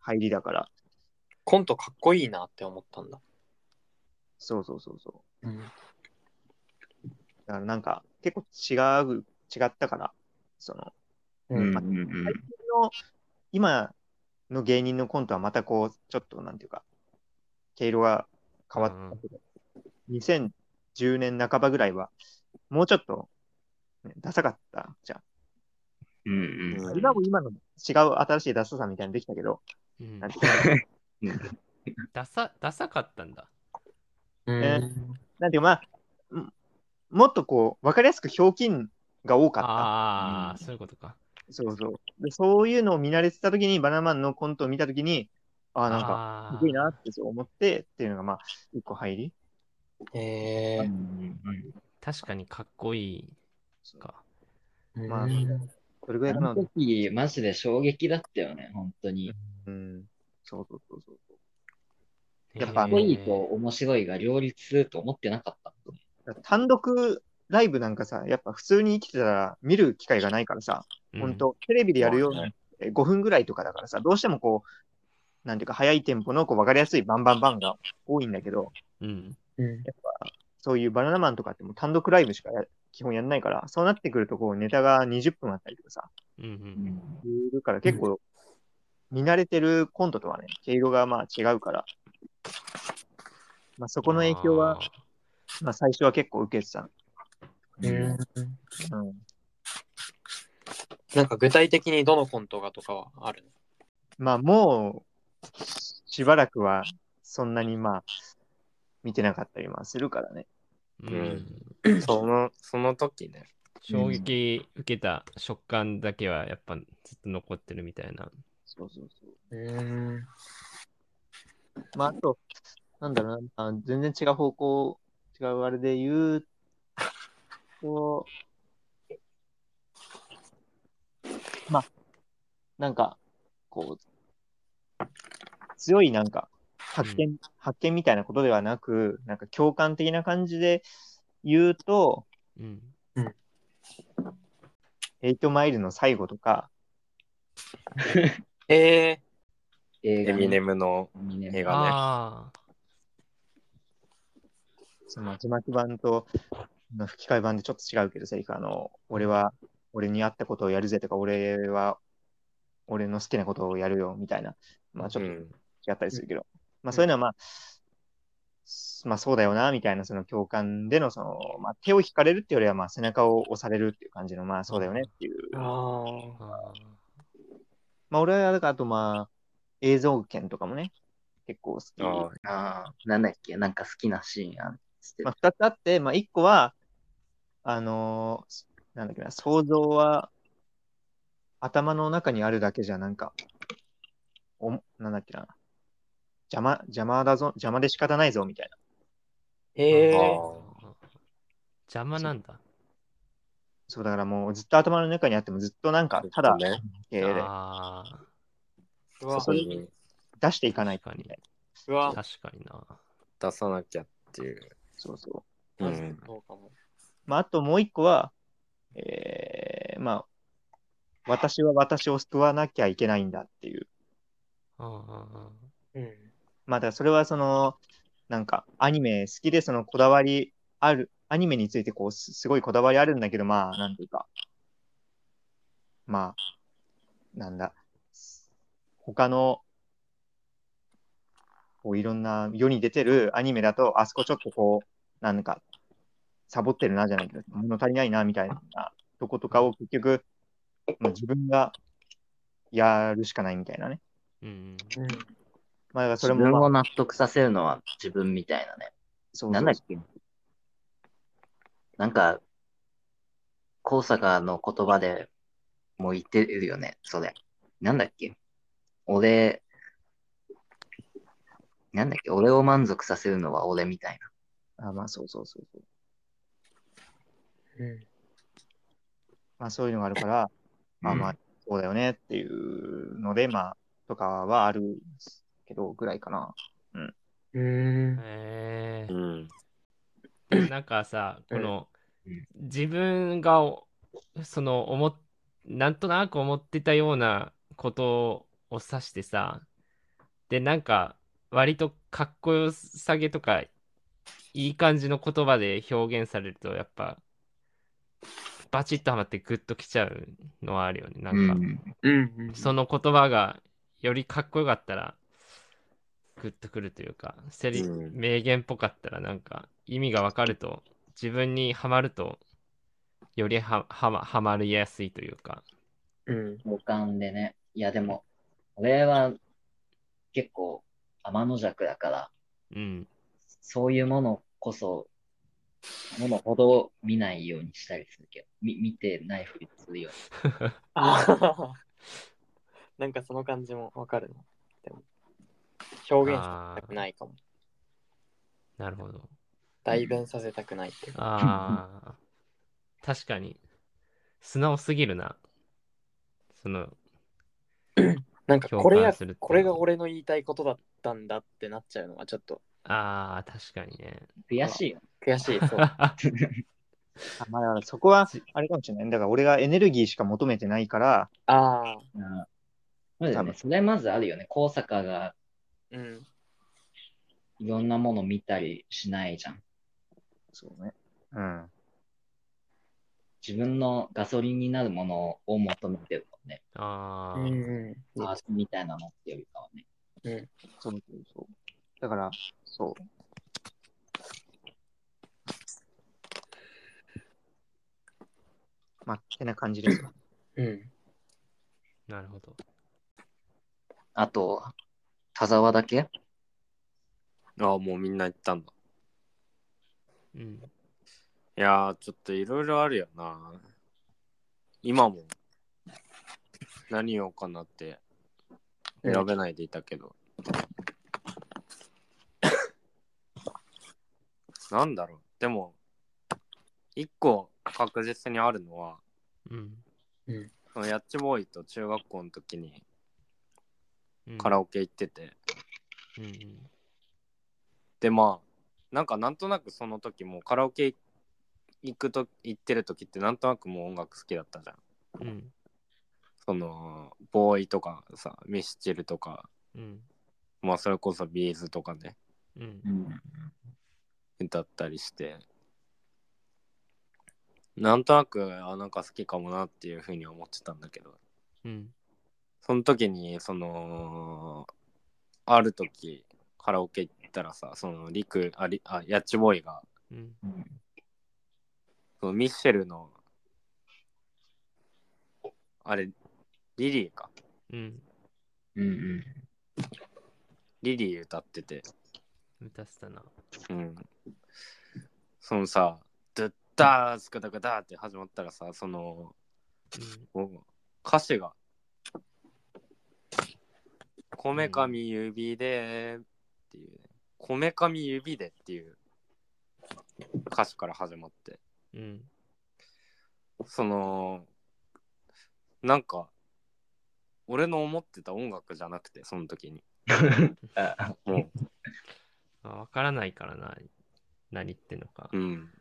S6: 入りだから。
S2: コントかっこいいなって思ったんだ。
S6: そうそうそうそう。
S2: うん。
S6: だからなんか結構違う、違ったから、その、
S2: う
S6: まあ
S2: ん。
S6: 最近の、今の芸人のコントはまたこう、ちょっとなんていうか、毛色が変わったけど、2010年半ばぐらいは、もうちょっと、ね、ダサかったじゃ
S2: う
S6: ん。
S2: ん
S1: うん
S6: 今も今の違う新しいダサさみたいにできたけど、
S3: うん
S6: なんていうか
S3: ダサ、ダサかったんだ。
S2: うん
S6: なんていうかまあ、うんもっとこう、わかりやすくひょうきんが多かった。
S3: ああ、そういうことか。
S6: そうそう。で、そういうのを見慣れてたときに、バナナマンのコントを見たときに、ああ、なんか、
S3: あ
S6: す
S3: ー
S6: ごいなってそう思ってっていうのが、まあ、一個入り。
S2: へえ。
S3: 確かにかっこいいか。
S6: まあ
S2: うん
S6: それぐらい
S5: あ
S6: かな
S5: の。時、マジで衝撃だったよね、本当に。
S6: うん。そうそうそうそう。
S5: やっぱ、
S3: へ
S5: かっこいいと面白いが両立すると思ってなかった。
S6: だから単独ライブなんかさ、やっぱ普通に生きてたら見る機会がないからさ、
S3: ー、
S6: ほんと、テレビでやるよう
S2: そうだ
S6: なえ5分ぐらいとかだからさ、どうしてもこう、なんていうか、早いテンポのこう分かりやすいバンバンバンが多いんだけど、
S3: うん。うん。
S2: うん
S6: そういうバナナマンとかってもう単独ライブしかや基本やんないから、そうなってくるとこうネタが20分あったりとかさ、
S3: うんうん
S6: いるから結構見慣れてるコントとはね、毛色がまあ違うから、まあ、そこの影響
S3: あ、
S6: は
S3: ー
S6: まあ、最初は結構受けてた。
S2: うん
S6: うん、
S2: なんか具体的にどのコントがとかはある
S6: まあもうしばらくはそんなにまあ見てなかったりまあするからね。
S3: うん
S1: うんその、その時ね。
S3: 衝撃受けた食感だけはやっぱずっと残ってるみたいな。
S6: そうそうそう。
S2: の
S6: まああと、なんだろうな、あ全然違う方向、違うあれで言うと、まあ、なんか、こう、強いなんか発見、発見みたいなことではなく、なんか共感的な感じで言うと、
S3: うん。
S6: 8マイルの最後とか、
S2: え
S5: 映
S1: エ
S5: 画の
S1: ミネムの
S5: エミネム
S1: 映画ね。
S3: あ
S6: その字幕版との吹き替え版でちょっと違うけど、セリフ、あの、俺は、俺に合ったことをやるぜとか、俺は、俺の好きなことをやるよみたいな、まあちょっと
S1: うん
S6: 違ったりするけど、まあそういうのはまあ、まあそうだよな、みたいなその共感での、その、まあ手を引かれるっていうよりは、まあ背中を押されるっていう感じの、まあそうだよねっていう。
S2: ー、ああ。
S3: ーあー。
S6: まあ俺は、だからあとまあ、映像権とかもね、結構好き。
S1: あ
S5: ああ、なんだっけ、なんか好きなシーンあるっつって
S6: まあ、2つあって、まあ、1個は、あのーなんだっけな、想像は頭の中にあるだけじゃ、なんか、おもなんだっけな、邪魔、邪魔だぞ、邪魔で仕方ないぞ、みたいな。
S2: え
S1: あ
S2: え。
S1: ー
S3: 邪魔なんだ。
S6: そう、だからもうずっと頭の中にあってもずっとなんか、ただ、
S1: ね。
S6: えー
S3: ああ。
S2: うわ
S1: そこに
S6: 出していかないと
S3: 確かに
S2: うわ
S3: 確かにな。
S1: 出さなきゃっていう。
S6: そうそう。
S1: う
S2: マジで
S1: ん。
S2: そうかも。
S6: まあ、あともう1個は、えー、まあ、私は私を救わなきゃいけないんだっていう。
S3: うんうんうん
S2: うん。
S6: まあ、だからそれはその、なんか、アニメ好きで、そのこだわりある、アニメについてこう、すすごいこだわりあるんだけど、まあ、なんていうか、まあ、なんだ、他の、こういろんな世に出てるアニメだと、あそこちょっとこう、なんか、サボってるなじゃないけど、物足りないなみたいなとことかを結局、まあ、自分がやるしかないみたいなね。
S3: うんうん。
S2: うん
S6: まあ、だからそ
S5: 自
S6: れも、
S5: 分
S6: まあ
S5: を納得させるのは自分みたいなね。
S6: そうそう
S5: なんだっけなんか、高坂の言葉でもう言ってるよね、それ。なんだっけ俺、なんだっけ俺を満足させるのは俺みたい
S6: あまあ、そうそうそうそう。
S2: うん
S6: まあ、そういうのがあるから、
S5: な。
S6: まあまあ、そうだよねっていうので、まあ、とかはあるけど、ぐらいかな。
S2: うん。
S3: え
S1: うん。
S3: ー、なんかさ、この
S5: うん
S3: 自分がおその思っなんとなく思ってたようなことを指してさ、で、なんか割とかっこよさげとかいい感じの言葉で表現されるとやっぱバチッとはまってグッときちゃうのはあるよね。な
S5: うん
S3: か、
S5: ん。
S2: うん、うん。
S3: その言葉がよりかっこよかったら、グッとくるというか、セリ、
S1: うん
S3: 名言っぽかったら、なんか、意味がわかると、自分にはまると、よりははまはまりやすいというか。
S2: うん。
S5: 五感でね。いや、でも、俺は結構天の弱だから、
S3: うん。
S5: そういうものこそ、ものほど見ないようにしたりするけど、み見てないふりするよ
S2: あーなんかその感じもわかるな。でも、表現させたくないかも。
S3: なるほど。
S2: 代弁させたくないっていうか。
S3: ああ。確かに。素直すぎるな。その、
S2: なんかこれ
S3: 共
S2: や
S3: 感するっていうの、は
S2: これが俺の言いたいことだったんだってなっちゃうのはちょっと
S3: ああ、確かにね。
S5: う悔しいよ。
S2: 悔しい。
S3: *laughs*
S2: そう。
S6: あまあ、だからそこは、あれかもしれない。だから俺がエネルギーしか求めてないから、
S2: ああ、
S5: うんそうだ
S6: 多
S5: よ
S6: 分
S5: ね。それまずあるよね。高坂が
S2: うん。
S5: いろんなもの見たりしないじゃん。
S6: そうね。うん。
S5: 自分のガソリンになるものを求めてるもんね。
S3: あ
S2: う
S3: あ。
S2: んうん。
S5: パーツみたいなのってよりかはね。
S6: そうそうそう。だから、そう。まあ、ってな感じですか。
S2: うん。
S3: なるほど。
S5: あと、田沢だけ
S1: ああ、もうみんな行ったんだ。
S3: うん。
S1: いやー、ちょっといろいろあるよな。今も何言おうかなって選べないでいたけ
S3: *coughs*
S1: ど。なんだろう。でも、一個確実にあるのは、
S3: うん。
S1: そのヤッチボーイと中学校の時に
S3: うん
S1: カラオケ行ってて、
S3: うんうん。
S1: でまあなんかなんとなくその時もうカラオケ行くと行ってる時ってなんとなくもう音楽好きだったじゃん
S3: うん。
S1: そのボーイとかさミスチルとか
S3: うん。
S1: まあそれこそビーズとかね
S3: うん
S5: う。ん。
S1: 歌ったりしてなんとなくあなんか好きかもなっていうふうに思ってたんだけど
S3: うん。
S1: その時にそのある時カラオケ行ったらさそのリクあリあヤッチボーイが
S3: うん。
S1: そのミッシェルの、あれ、リリーか。
S3: うん。
S5: うんうん。
S1: リリー歌ってて、
S3: 歌ってたな。
S1: うん。そのさ、ドゥッダースクダクダーって始まったらさ、その、もう歌詞が、こめかみ指でっていうね、こめかみ指でっていう歌詞から始まって、
S3: うん。うん。
S1: そのなんか俺の思ってた音楽じゃなくてその時にも
S3: まあわからないからな。何言ってんのか
S1: う、う。ん、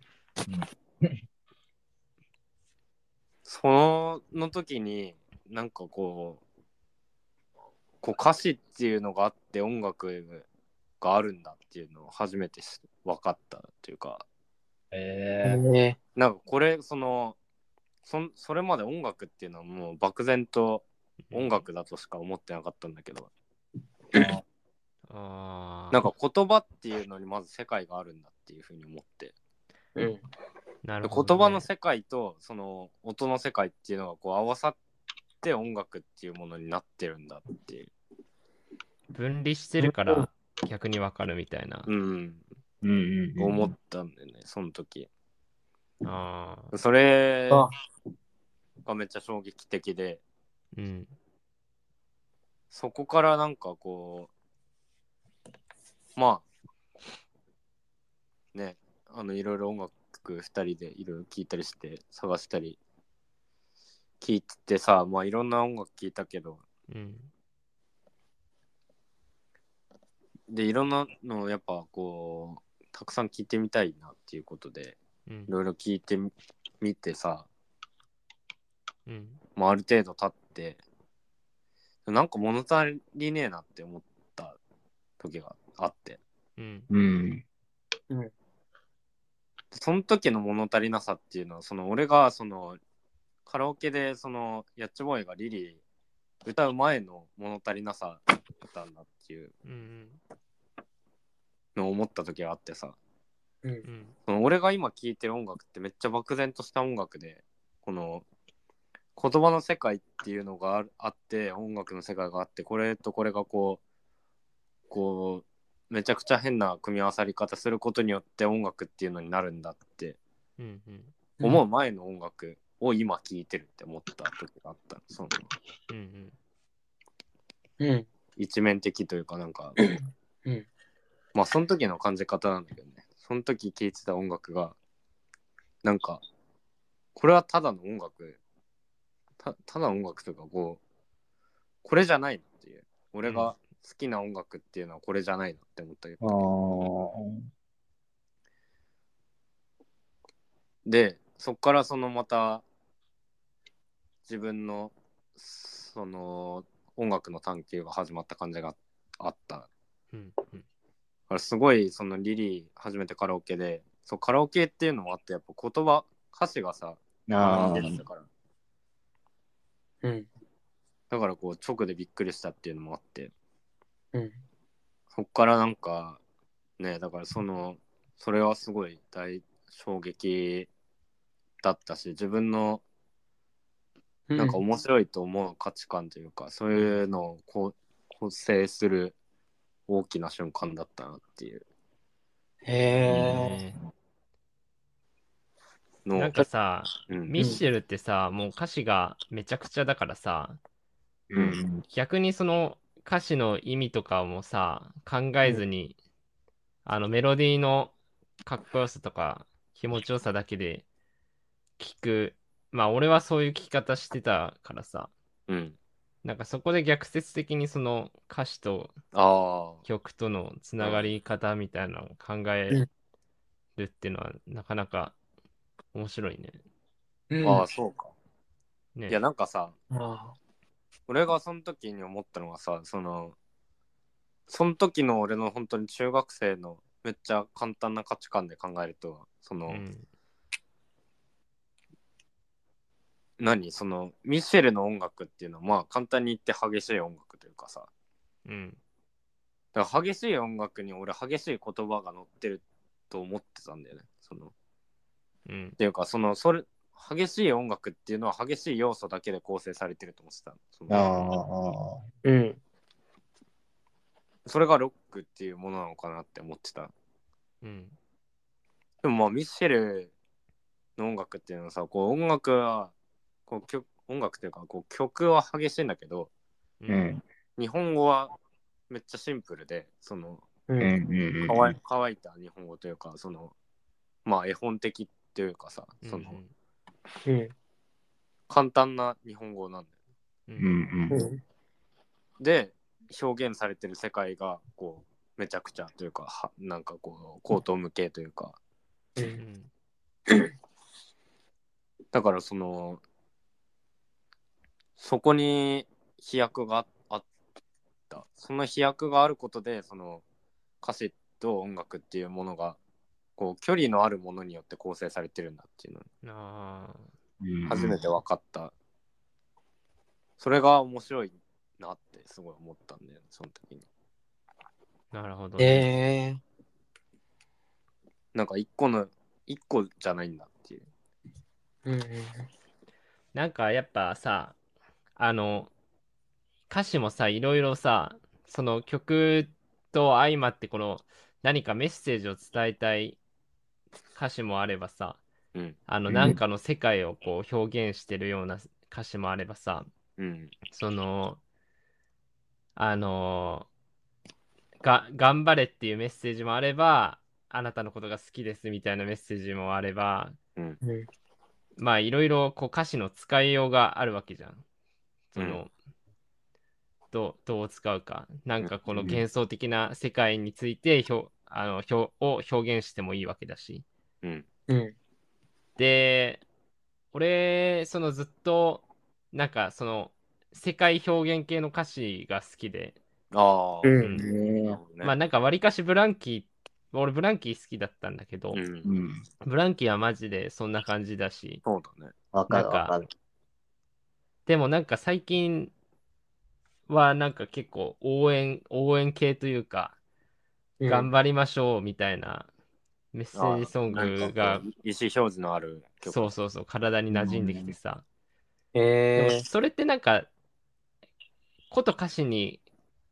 S1: そのの時になんかこうこう歌詞っていうのがあって音楽があるんだっていうのを初めてし分かったというか
S5: え
S2: ね
S1: なんかこれそのそんそれまで音楽っていうのはもう漠然と音楽だとしか思ってなかったんだけど
S3: ああ。
S1: なんか言葉っていうのにまず世界があるんだっていうふうに思って、
S2: うん。
S3: なるほど
S1: 言
S3: ね
S1: 葉の世界とその音の世界っていうのがこう合わさって音楽っていうものになってるんだっていう、
S3: 分離してるから逆にわかるみたいな。
S1: うん、
S5: うんうんうん。
S1: 思ったんだよねその時
S3: ああ。
S1: それ
S2: あ
S1: がめっちゃ衝撃的で
S3: うん。
S1: そこからなんかこうまあねあのいろいろ音楽2人でいろいろ聴いたりして探したり聴いててさまあいろんな音楽聴いたけど
S3: うん。
S1: でいろんなのをやっぱこうたくさん聴いてみたいなっていうことで
S3: うん
S1: い。ろいろ聴いてみ見てさ、
S3: うん。
S1: まあ、ある程度経ってなんか物足りねえなって思った時があって
S3: うん。
S5: うん。
S1: その時の物足りなさっていうのはその俺がそのカラオケでそのやっちボーイがリリー歌う前の物足りなさだったんだっていう
S3: うん
S1: のを思った時があってさ
S2: うん
S3: う。ん
S1: その俺が今聴いてる音楽ってめっちゃ漠然とした音楽でこの言葉の世界っていうのがあるあって音楽の世界があってこれとこれがこうこうめちゃくちゃ変な組み合わさり方することによって音楽っていうのになるんだって
S3: うんうん
S1: 思う前の音楽を今聴いてるって思った時があったその
S3: うん
S2: うん。
S1: 一面的というかなんか、
S2: うん
S1: まあその時の感じ方なんだけどねその時聴いてた音楽がなんかこれはただの音楽たただの音楽というかこうこれじゃないなっていう俺が好きな音楽っていうのはこれじゃないなって思ったけど、でそっからそのまた自分のその音楽の探求が始まった感じがあった
S3: うんうん
S1: だからすごいそのリリー初めてカラオケでそうカラオケっていうのもあってやっぱ言葉歌詞がさ
S5: あ
S1: 学
S5: ー
S1: んでたから
S2: うん。
S1: だからこう直でびっくりしたっていうのもあって
S2: うん。
S1: そっからなんかねだからそのそれはすごい大衝撃だったし自分のなんか面白いと思う価値観というか、そういうのをこう構成する大きな瞬間だったなっていう
S2: へえ。
S3: ね
S1: のを
S3: なんかさ、
S1: うん
S3: ミッシェルってさ、もう歌詞がめちゃくちゃだからさ、
S1: うん
S3: 逆にその歌詞の意味とかもさ、考えずに、あのメロディーのかっこよさとか気持ちよさだけで聞く。まあ俺はそういう聞き方してたからさ、
S1: うん
S3: なんかそこで逆説的にその歌詞と
S1: ああ
S3: 曲とのつながり方みたいなのを考えるっていうのはなかなか面白いね。
S2: うん
S1: ああ、そうか。
S3: ね
S1: いや、なんかさ、
S2: あ
S1: 俺がその時に思ったのはさ、その、その時の俺の本当に中学生のめっちゃ簡単な価値観で考えると、その、
S3: うん
S1: 何、その、ミシェルの音楽っていうのは、まあ簡単に言って激しい音楽というかさ、
S3: うん
S1: だから激しい音楽に俺激しい言葉が載ってると思ってたんだよね。その、っ
S3: うん
S1: ていうか、その、それ、激しい音楽っていうのは激しい要素だけで構成されてると思ってたの。その
S5: あ
S2: うん。
S1: それがロックっていうものなのかなって思ってた。
S3: うん
S1: でもまあミッシェルの音楽っていうのはさこう音楽はこう曲音楽というかこう曲は激しいんだけど
S3: う
S5: うんん
S1: 日本語はめっちゃシンプルでその
S2: う。
S5: うんんうんうん
S1: 乾い乾いた日本語というかそのまあ絵本的というかさその
S2: うん。
S1: 簡単な日本語なんだよ。
S3: う
S5: うんんうん
S2: う。
S1: で表現されてる世界がこうめちゃくちゃというかはなんかこう口頭無形というか
S3: うんん
S1: だからそのそこに飛躍があったその飛躍があることでその歌詞と音楽っていうものがこう距離のあるものによって構成されてるんだっていうの
S3: あー
S5: うん
S1: 初めて分かった、それが面白いなってすごい思ったんだよねその時に
S3: なるほど、ね
S2: へえ。
S1: なんか一個の一個じゃないんだっていう
S2: うん。
S3: なんかやっぱさ、あの、歌詞もさ、いろいろさ、その曲と相まって、この何かメッセージを伝えたい歌詞もあればさ、
S1: うん
S3: あの、
S5: うん
S3: なんかの世界をこう表現してるような歌詞もあればさ、
S1: うん
S3: その、あのが、頑張れっていうメッセージもあれば、あなたのことが好きですみたいなメッセージもあれば、
S2: うん。
S3: まあいろいろこう歌詞の使いようがあるわけじゃん。その、
S1: う
S3: どうどう使うか。なんかこの
S5: うん
S3: 幻想的な世界についてひょあのひょを表現してもいいわけだし。
S1: うん
S2: うん。
S3: で、俺、そのずっと、なんかその世界表現系の歌詞が好きで、
S1: ああ、
S2: う
S5: ね
S1: なるほどね
S3: まあなんかわりかしブランキー俺、ブランキー好きだったんだけど、
S1: うん
S5: う。ん。
S3: ブランキーはマジでそんな感じだし、
S1: そうだね。
S5: わかる
S3: なんか
S5: わかる。
S3: でもなんか最近はなんか結構応援、応援系というか、
S2: うん
S3: 頑張りましょうみたいなメッセージソン
S1: なんか
S3: グ
S1: こう
S3: が、
S1: 意思表示のある曲。
S3: そうそうそう、体に馴染んできてさ。で
S2: へ
S3: もそれってなんか、こと歌詞に、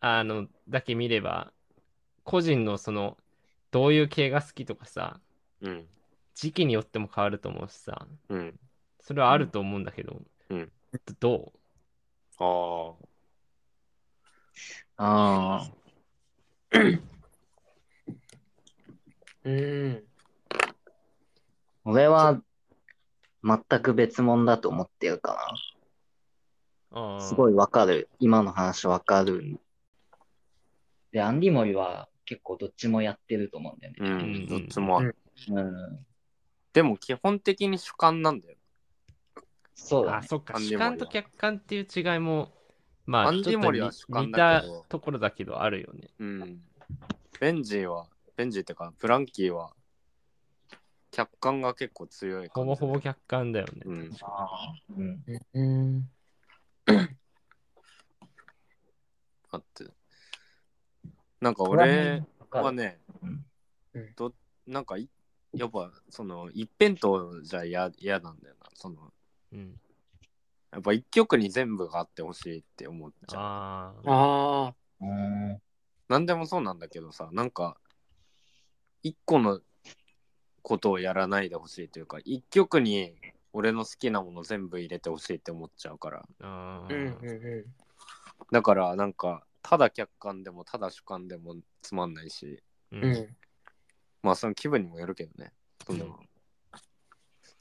S3: あの、だけ見れば、個人のその、どういう系が好きとかさ、
S1: うん。
S3: 時期によっても変わると思うしさ、
S1: うん。
S3: それはあると思うんだけど、
S1: うん
S3: どどう
S1: ああ。
S5: あ
S2: え。うん。
S5: あ。俺は、全く別物だと思ってるか
S3: あ
S5: な。
S3: ー
S5: すごいわかる。今の話わかる。で、アンディモリは結構どっちもやってると思うんだよね。
S1: うんん。どっちもある。
S5: うん。
S1: でも基本的に主観なんだよ。
S5: そうだ
S3: あ、
S5: ね。
S3: そっか、
S1: アンディ
S3: 主
S1: モリは
S3: 観と客観っていう違いも、まあ、
S1: アンディモリは
S3: ち
S1: 主
S3: ょっと
S1: 観
S3: 似
S1: だ
S3: た
S1: けど
S3: ところだけど、あるよね。
S1: うん。ベンジーは、ベンジーってか、ブランキーは、客観が結構強い
S3: ほ
S1: 感じ
S3: ぼほぼ客観だよね。
S1: うん
S3: 確か
S5: うん。
S2: うん。
S1: あって。なんか俺
S5: わか
S1: は
S5: る。
S1: ね
S5: うん、
S1: どなんかい、やっぱ、その、一辺倒じゃ嫌嫌なんだよな。その、
S3: うん。
S1: やっぱ一曲に全部があってほしいって思っちゃう。
S3: ああ。
S2: ああ。
S5: うん
S1: なんでもそうなんだけどさ、なんか、一個のことをやらないでほしいというか、一曲に俺の好きなもの全部入れてほしいって思っちゃうから。
S3: あ
S2: うん
S3: ー
S2: うんう
S1: だから、なんか、ただ客観でも、ただ主観でもつまんないし、
S3: うん
S2: ん。うん。
S1: まあ、その気分にもよるけどね。その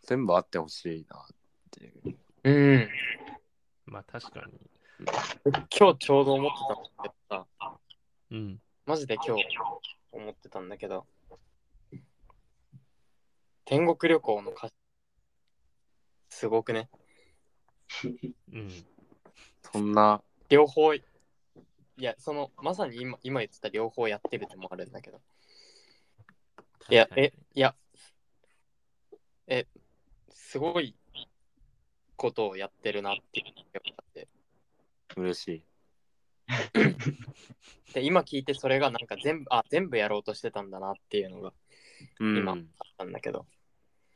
S1: 全部あってほしいなっていう。
S2: うん。
S3: まあ、確かに。
S2: 今日ちょうど思ってたんだけどさ。
S3: うん。
S2: マジで今日思ってたんだけど、天国旅行の歌詞、すごくね。
S3: うん。
S1: そんな、
S2: 両方、いや、その、まさに今今言ってた両方やってるってもあるんだけど。いや
S3: 確、かに
S2: え、いや、え、すごいことをやってるなっていうのがあって。
S1: 嬉しい。
S2: で、今聞いてそれがなんか全部、あ、全部やろうとしてたんだなっていうのが
S1: うん、
S2: 今あったんだけど。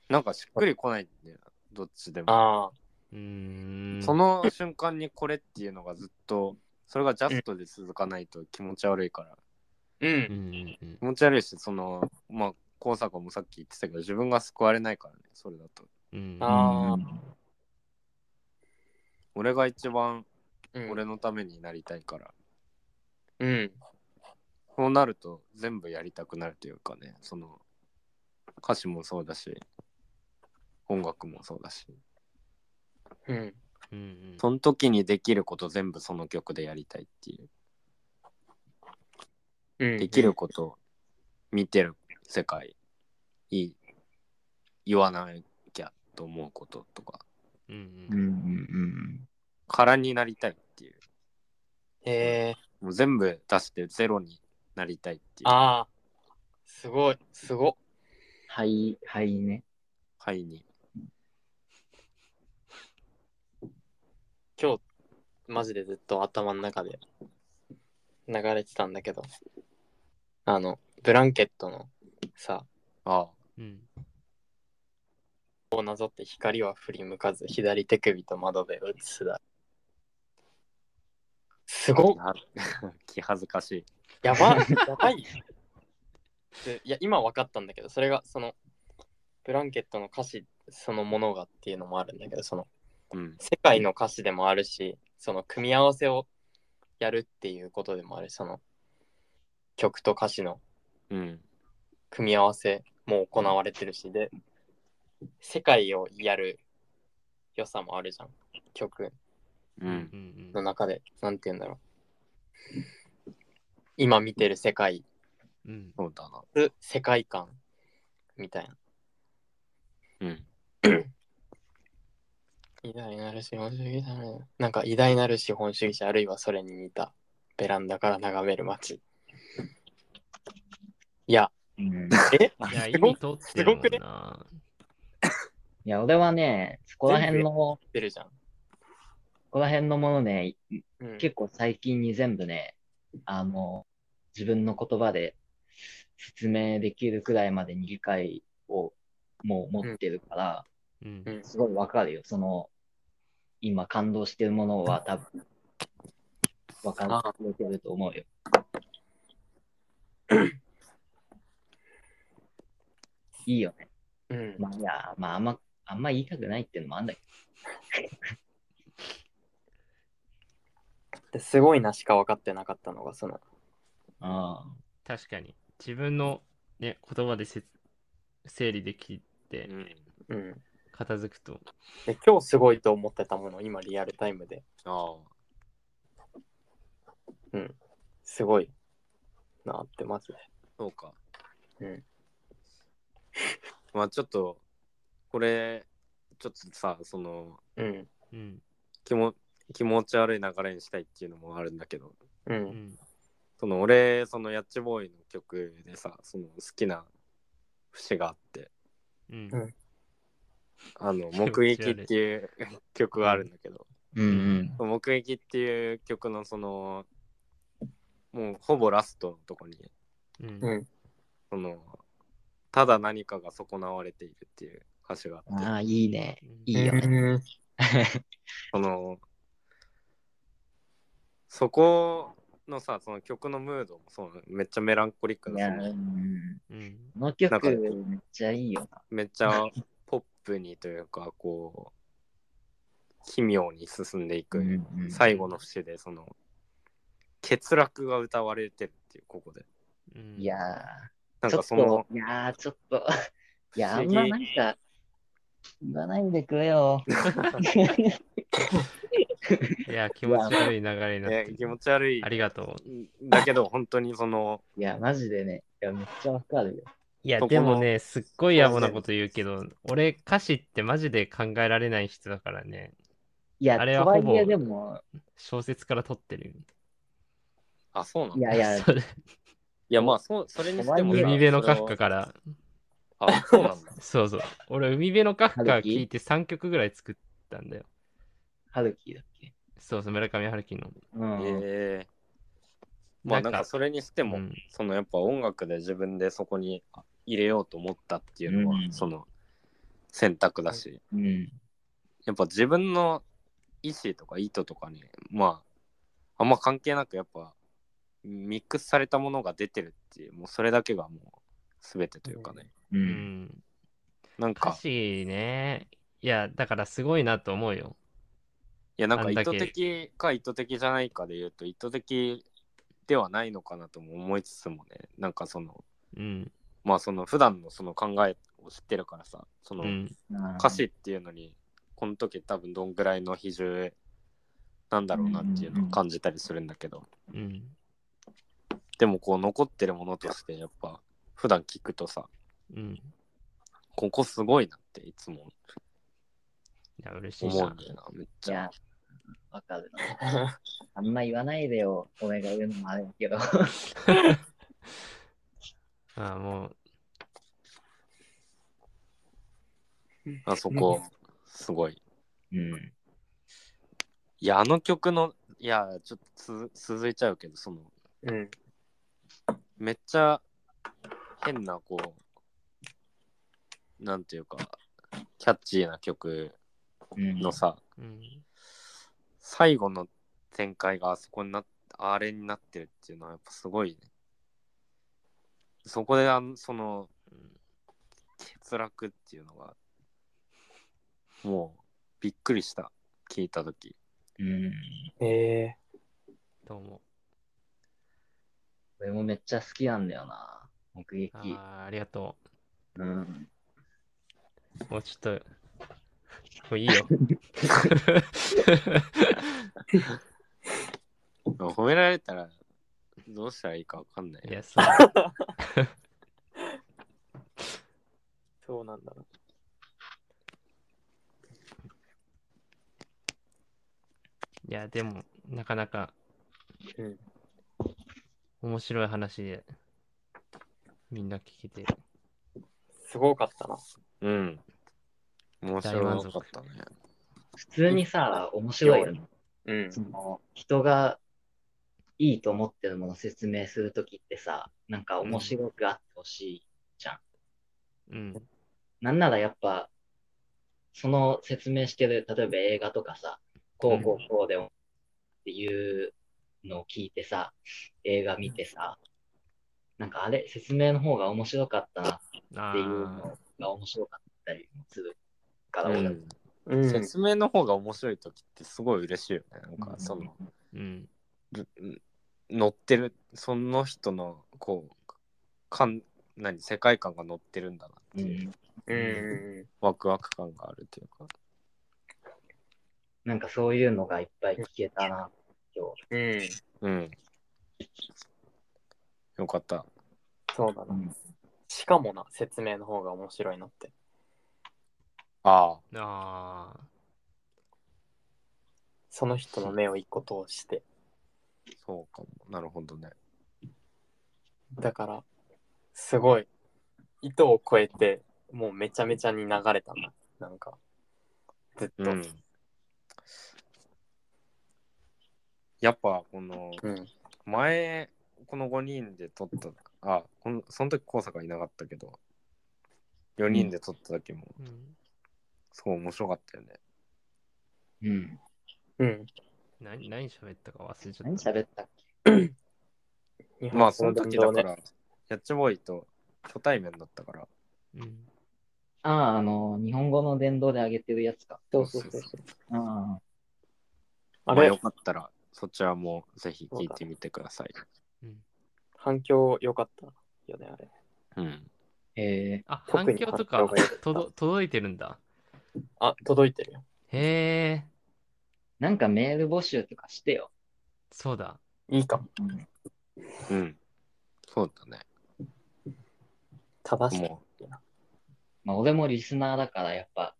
S1: なんかしっくりこないんだよな。どっちでも。
S2: ああ、
S3: うーん。
S1: その瞬間にこれっていうのがずっと、それがジャストで続かないと気持ち悪いから。
S2: う、
S3: うんんうん
S1: 気持ち悪いし、その、まあ、工作もさっき言ってたけど、自分が救われないからね、それだと。
S3: うん。
S2: あー
S1: 俺が一番
S2: うん、
S1: 俺のためになりたいから。
S2: うん、
S1: そうなると全部やりたくなるというかね、その歌詞もそうだし、音楽もそうだし、
S2: うん。
S3: うんうん
S1: その時にできること全部その曲でやりたいっていう、
S2: うん
S1: できること、見てる世界、いい、言わなきゃと思うこととか、
S3: うん
S5: う
S3: うん
S5: んうん
S1: 空になりたいっていう、
S2: へえ
S1: もう全部出してゼロになりたいっていう、
S2: ああ、すごい、すご
S5: はい、はいね。
S1: はいに。
S2: い。今日、マジでずっと頭の中で流れてたんだけど、あの、ブランケットのさ、
S1: あ
S3: うん。
S2: をなぞって光は振り向かず、左手首と窓辺を映すだ。す
S1: あ
S2: ごっ、
S1: 気恥ずかしい。
S2: やばい、やばい。でいや、今分かったんだけど、それが、その、ブランケットの歌詞そのものがっていうのもあるんだけど、その、
S1: うん、
S2: 世界の歌詞でもあるし、その組み合わせをやるっていうことでもあるし、その曲と歌詞の
S1: うん、
S2: 組み合わせも行われてるし、で、世界をやる良さもあるじゃん。曲
S1: う
S3: うん
S1: ん、
S3: うん
S2: の中で、なんて言うんだろう。今見てる世界、
S3: うん。
S1: そうだな。
S2: 世界観みたいな。
S1: うん、
S2: 偉大なる資本主義者のなんか偉大なる資本主義者あるいはそれに似たベランダから眺める街いや
S5: うん。
S2: え
S3: いや、意
S2: すご
S3: 味
S2: く
S3: 通ってるも
S2: す
S3: ん
S2: ごく
S3: な。
S5: いや、俺はね、そこら辺の、こ
S2: 出るじゃん。
S5: こら辺のものね、
S2: うん、
S5: 結構最近に全部ね、あの、自分の言葉で説明できるくらいまでに理解をもう持ってるから、
S3: うん
S2: うん
S5: すごいわかるよ。その、今感動してるものは多分、わか
S2: あ
S5: ってると *coughs* 思うよ。いいよね。
S2: うん
S5: まあ、いや、まあ、あんま、あんま言いたくないっていうのもあんだけ
S2: ですごいなしか分かってなかったのが、その、
S5: ど。ああ。
S3: 確かに。自分の、ね、言葉でせ整理できて
S1: う、ん。
S2: うん。
S3: 片付くと。
S2: で今日すごいと思ってたもの、今リアルタイムで
S1: あ
S2: すごいなってますね。
S1: あ、そうか。
S2: うん。
S1: まあちょっと、これ、ちょっとさ、その、
S2: うん。
S3: うん。
S1: 気も気持ち悪い流れにしたいっていうのもあるんだけど、
S2: う。
S3: うんん。
S1: その俺、そのヤッチボーイの曲でさ、その好きな節があって、
S3: うん。
S1: あ
S5: *laughs*
S1: の、目撃っていう曲があるんだけど、
S5: うんうん。
S1: 目撃っていう曲のそのもうほぼラストのとこに
S3: うん
S2: うん
S1: そのただ何かが損なわれているっていう歌詞があって
S5: ああ、いいね。いいよね。
S2: うん
S1: そのそこのさその曲のムードもそうなのめっちゃメランコリック
S5: いや、
S1: な
S5: う
S1: その
S5: ん。
S3: うん。
S5: この
S1: なんか
S5: 曲めっちゃいいよな。
S1: めっちゃポップにというかこう奇妙に進んでいく、
S5: うんうん
S1: 最後の節でその欠落が歌われてるっていうここで
S3: うん
S5: いや
S1: な
S5: ー、
S1: ん
S5: ちょ
S1: か
S5: っ
S1: その
S5: と、いやー、ちょっと、 *laughs* いや、
S1: 不
S5: あ
S1: 思
S5: ん
S1: 議
S5: まなんか、言わないでくれよ。
S3: いや、気持ち悪い流れになっ
S1: ね
S3: て、
S1: 気
S3: る。
S1: 持ち悪い
S3: ありがとう。
S1: だけど本当にその
S5: いや、マジでね、いや、めっちゃわかるよ。
S3: いや、
S1: そこの
S3: でもね、すっごい野暮なこと言うけど、俺、歌詞ってマジで考えられない人だからね、
S5: いや、
S3: あ
S5: と
S3: れは
S5: は
S3: ほぼ
S5: いえ、でも、
S3: 小説から取ってる。
S1: あそうなの
S5: い
S1: いや
S5: やいや、
S3: *laughs* それ
S1: まあそうそれにしてもさ
S3: 海辺のカフ
S1: そ
S3: カ
S1: れ
S3: から、
S1: はあそうなんだ
S3: そうそう。俺、海辺のカフカ
S5: 春樹
S3: 聞いて3曲ぐらい作ったんだよ。
S5: ハルキーだっけ。
S3: そうそう、村上春樹の。
S5: うん。
S1: ええまあなんかそれにしても、
S3: うん
S1: そのやっぱ音楽で自分でそこに入れようと思ったっていうのは、
S5: うん
S1: その選択だし、
S5: うん。
S1: やっぱ自分の意思とか意図とかにまああんま関係なくやっぱミックスされたものが出てるっていうもうそれだけがもう全てというかね、
S5: う。
S3: うんん。
S1: なん
S3: 歌
S1: か
S3: 詞ね。いや、だからすごいなと思うよ。
S1: いやなん
S3: あ
S1: か
S3: ん
S1: 意
S3: だけ
S1: 図的か意図的じゃないかで言うと意図的ではないのかなとも思いつつもねなんかその
S3: うん。
S1: まあその普段のその考えを知ってるからさそうの
S3: ん。
S1: 歌詞っていうのにこの時多分どんぐらいの比重なんだろうなっていうのを感じたりするんだけど
S3: うん。
S1: でもこう残ってるものとしてやっぱ普段聞くとさ
S3: うん。い
S1: ここすごいなっていつも
S3: や、嬉しい
S1: 思う。
S3: なん
S1: だよなめっ
S5: い
S1: ちゃ
S5: や、わかる。あんま言わないでよ。俺が言うのもあれだけど。
S3: ああ、もう、
S1: あそこすごい
S5: うん。
S1: いやあの曲のいやちょっとつ続いちゃうけどその
S2: *laughs* うん。
S1: めっちゃ変なこうなんていうかキャッチーな曲
S5: うん
S1: のさ、
S3: うん。
S1: 最後の展開があそこになっあれになってるっていうのはやっぱすごいねそこであのその欠落っていうのがもうびっくりした聞いた時
S5: うん。
S2: え
S3: どうも。
S5: 俺もめっちゃ好きなんだよな。目撃。
S3: ああ、ありがと
S5: うん。
S3: う。もうちょっと、もういいよ。
S1: 褒められたらどうしたらいいかわかんない
S3: い
S1: ね
S3: や、そう。
S2: ー、そうなんだな。
S3: いや、でも、なかなか
S2: うん、
S3: 面白い話で。みんな聞けて。
S2: すごかったな。
S1: うん。面白かったね。
S5: 普通にさ、面白いよね。
S2: うん。
S5: その人がいいと思ってるものを説明するときってさ、なんか面白くあってほしい。
S3: うん。
S5: なんならやっぱ、その説明してる、例えば映画とかさ、こうこうこうでっていうのを聞いてさ、映画見てさ、なんかあれ、説明の方が面白かったな
S3: あ
S5: っていうのが面白かったりもするから、
S1: う
S5: 俺
S1: ん
S2: う
S1: 説明の方が面白い時ってすごい嬉しいよね。なんかその、
S3: ーうん。
S1: ぶ乗ってるその人のこうかん何世界観が乗ってるんだなっていう、
S2: うん。
S1: ワクワク感があるっていうか
S5: なんかそういうのがいっぱい聞けたな、今日。
S2: うん。
S1: うんよかった
S2: そうだな。しかもな、説明の方が面白いなって。
S1: ああ
S3: ああ。
S2: その人の目を一個通して。
S1: そうかもなるほどね
S2: だから、すごい、糸を越えて、もうめちゃめちゃに流れたな。なんか、ずっと。
S1: うんやっぱこの
S2: うん。
S1: 前この5人で撮ったあこのその時高坂いなかったけど4人で撮った時も
S3: うん
S1: すごい面白かったよね、
S5: うん。
S2: うん。
S3: 何何喋ったか忘れちゃ
S5: 何
S3: った。
S5: 喋ったっけ
S1: まあその時だか
S2: ね。
S1: ら、やっちボーイと初対面だったから、
S3: うん。
S5: ああ、あの、日本語の伝道で上げてるやつか。
S2: そうそうそうそう。
S5: ああ、
S2: あ
S1: まあ、
S2: れ
S1: よ、かったらそちらもぜひ聞いてみてください。
S2: 反響良かったよね、あれ。
S1: うん、
S5: え
S3: あ、
S2: 特
S3: 反
S2: に
S3: 響と
S2: 反響
S3: か
S2: が良かった
S3: 届届いてるんだ。
S2: あ、届いてるよ。
S3: へえ、
S5: なんかメール募集とかしてよ。
S3: そうだ。
S2: いいかも。
S1: うん、そうだね。
S2: 正しい。
S1: も
S5: まあ、俺もリスナーだから、やっぱ、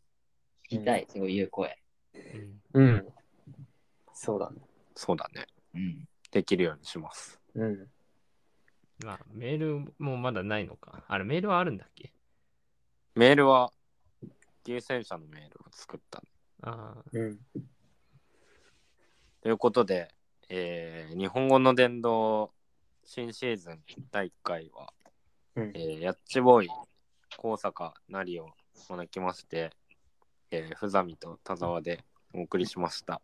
S5: 聞きたい、そういう声。
S3: うん
S2: うん。そうだね。
S1: うそうだね。
S5: うん。
S1: できるようにします。
S2: うん。
S3: まあ、メールもまだないのか。あれ、メールはあるんだっけ
S1: メールはゲーセン社のメールを作った。
S3: ああ、
S2: うん。
S1: ということで、えー日本語の伝道新シーズン第1回は、
S2: うん
S1: えーやっちボーイ、高坂なりを招きまして、えー、ふざみと田沢でお送りしました。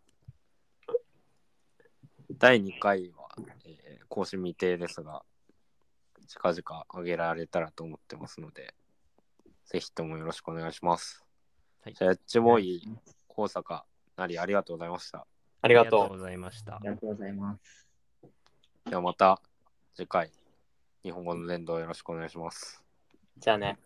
S1: 第2回は、えー更新未定ですが、近々上げられたらと思ってますので、ぜひともよろしくお願いします。
S3: はい
S1: じゃあ、やっちボーイ、高坂なりありがとうございました。
S2: あ
S3: あ
S2: りがとう
S3: ご。ざいました
S5: あり。がとうございます。
S1: ではまた次回、日本語の伝道よろしくお願いします。
S2: じゃあね。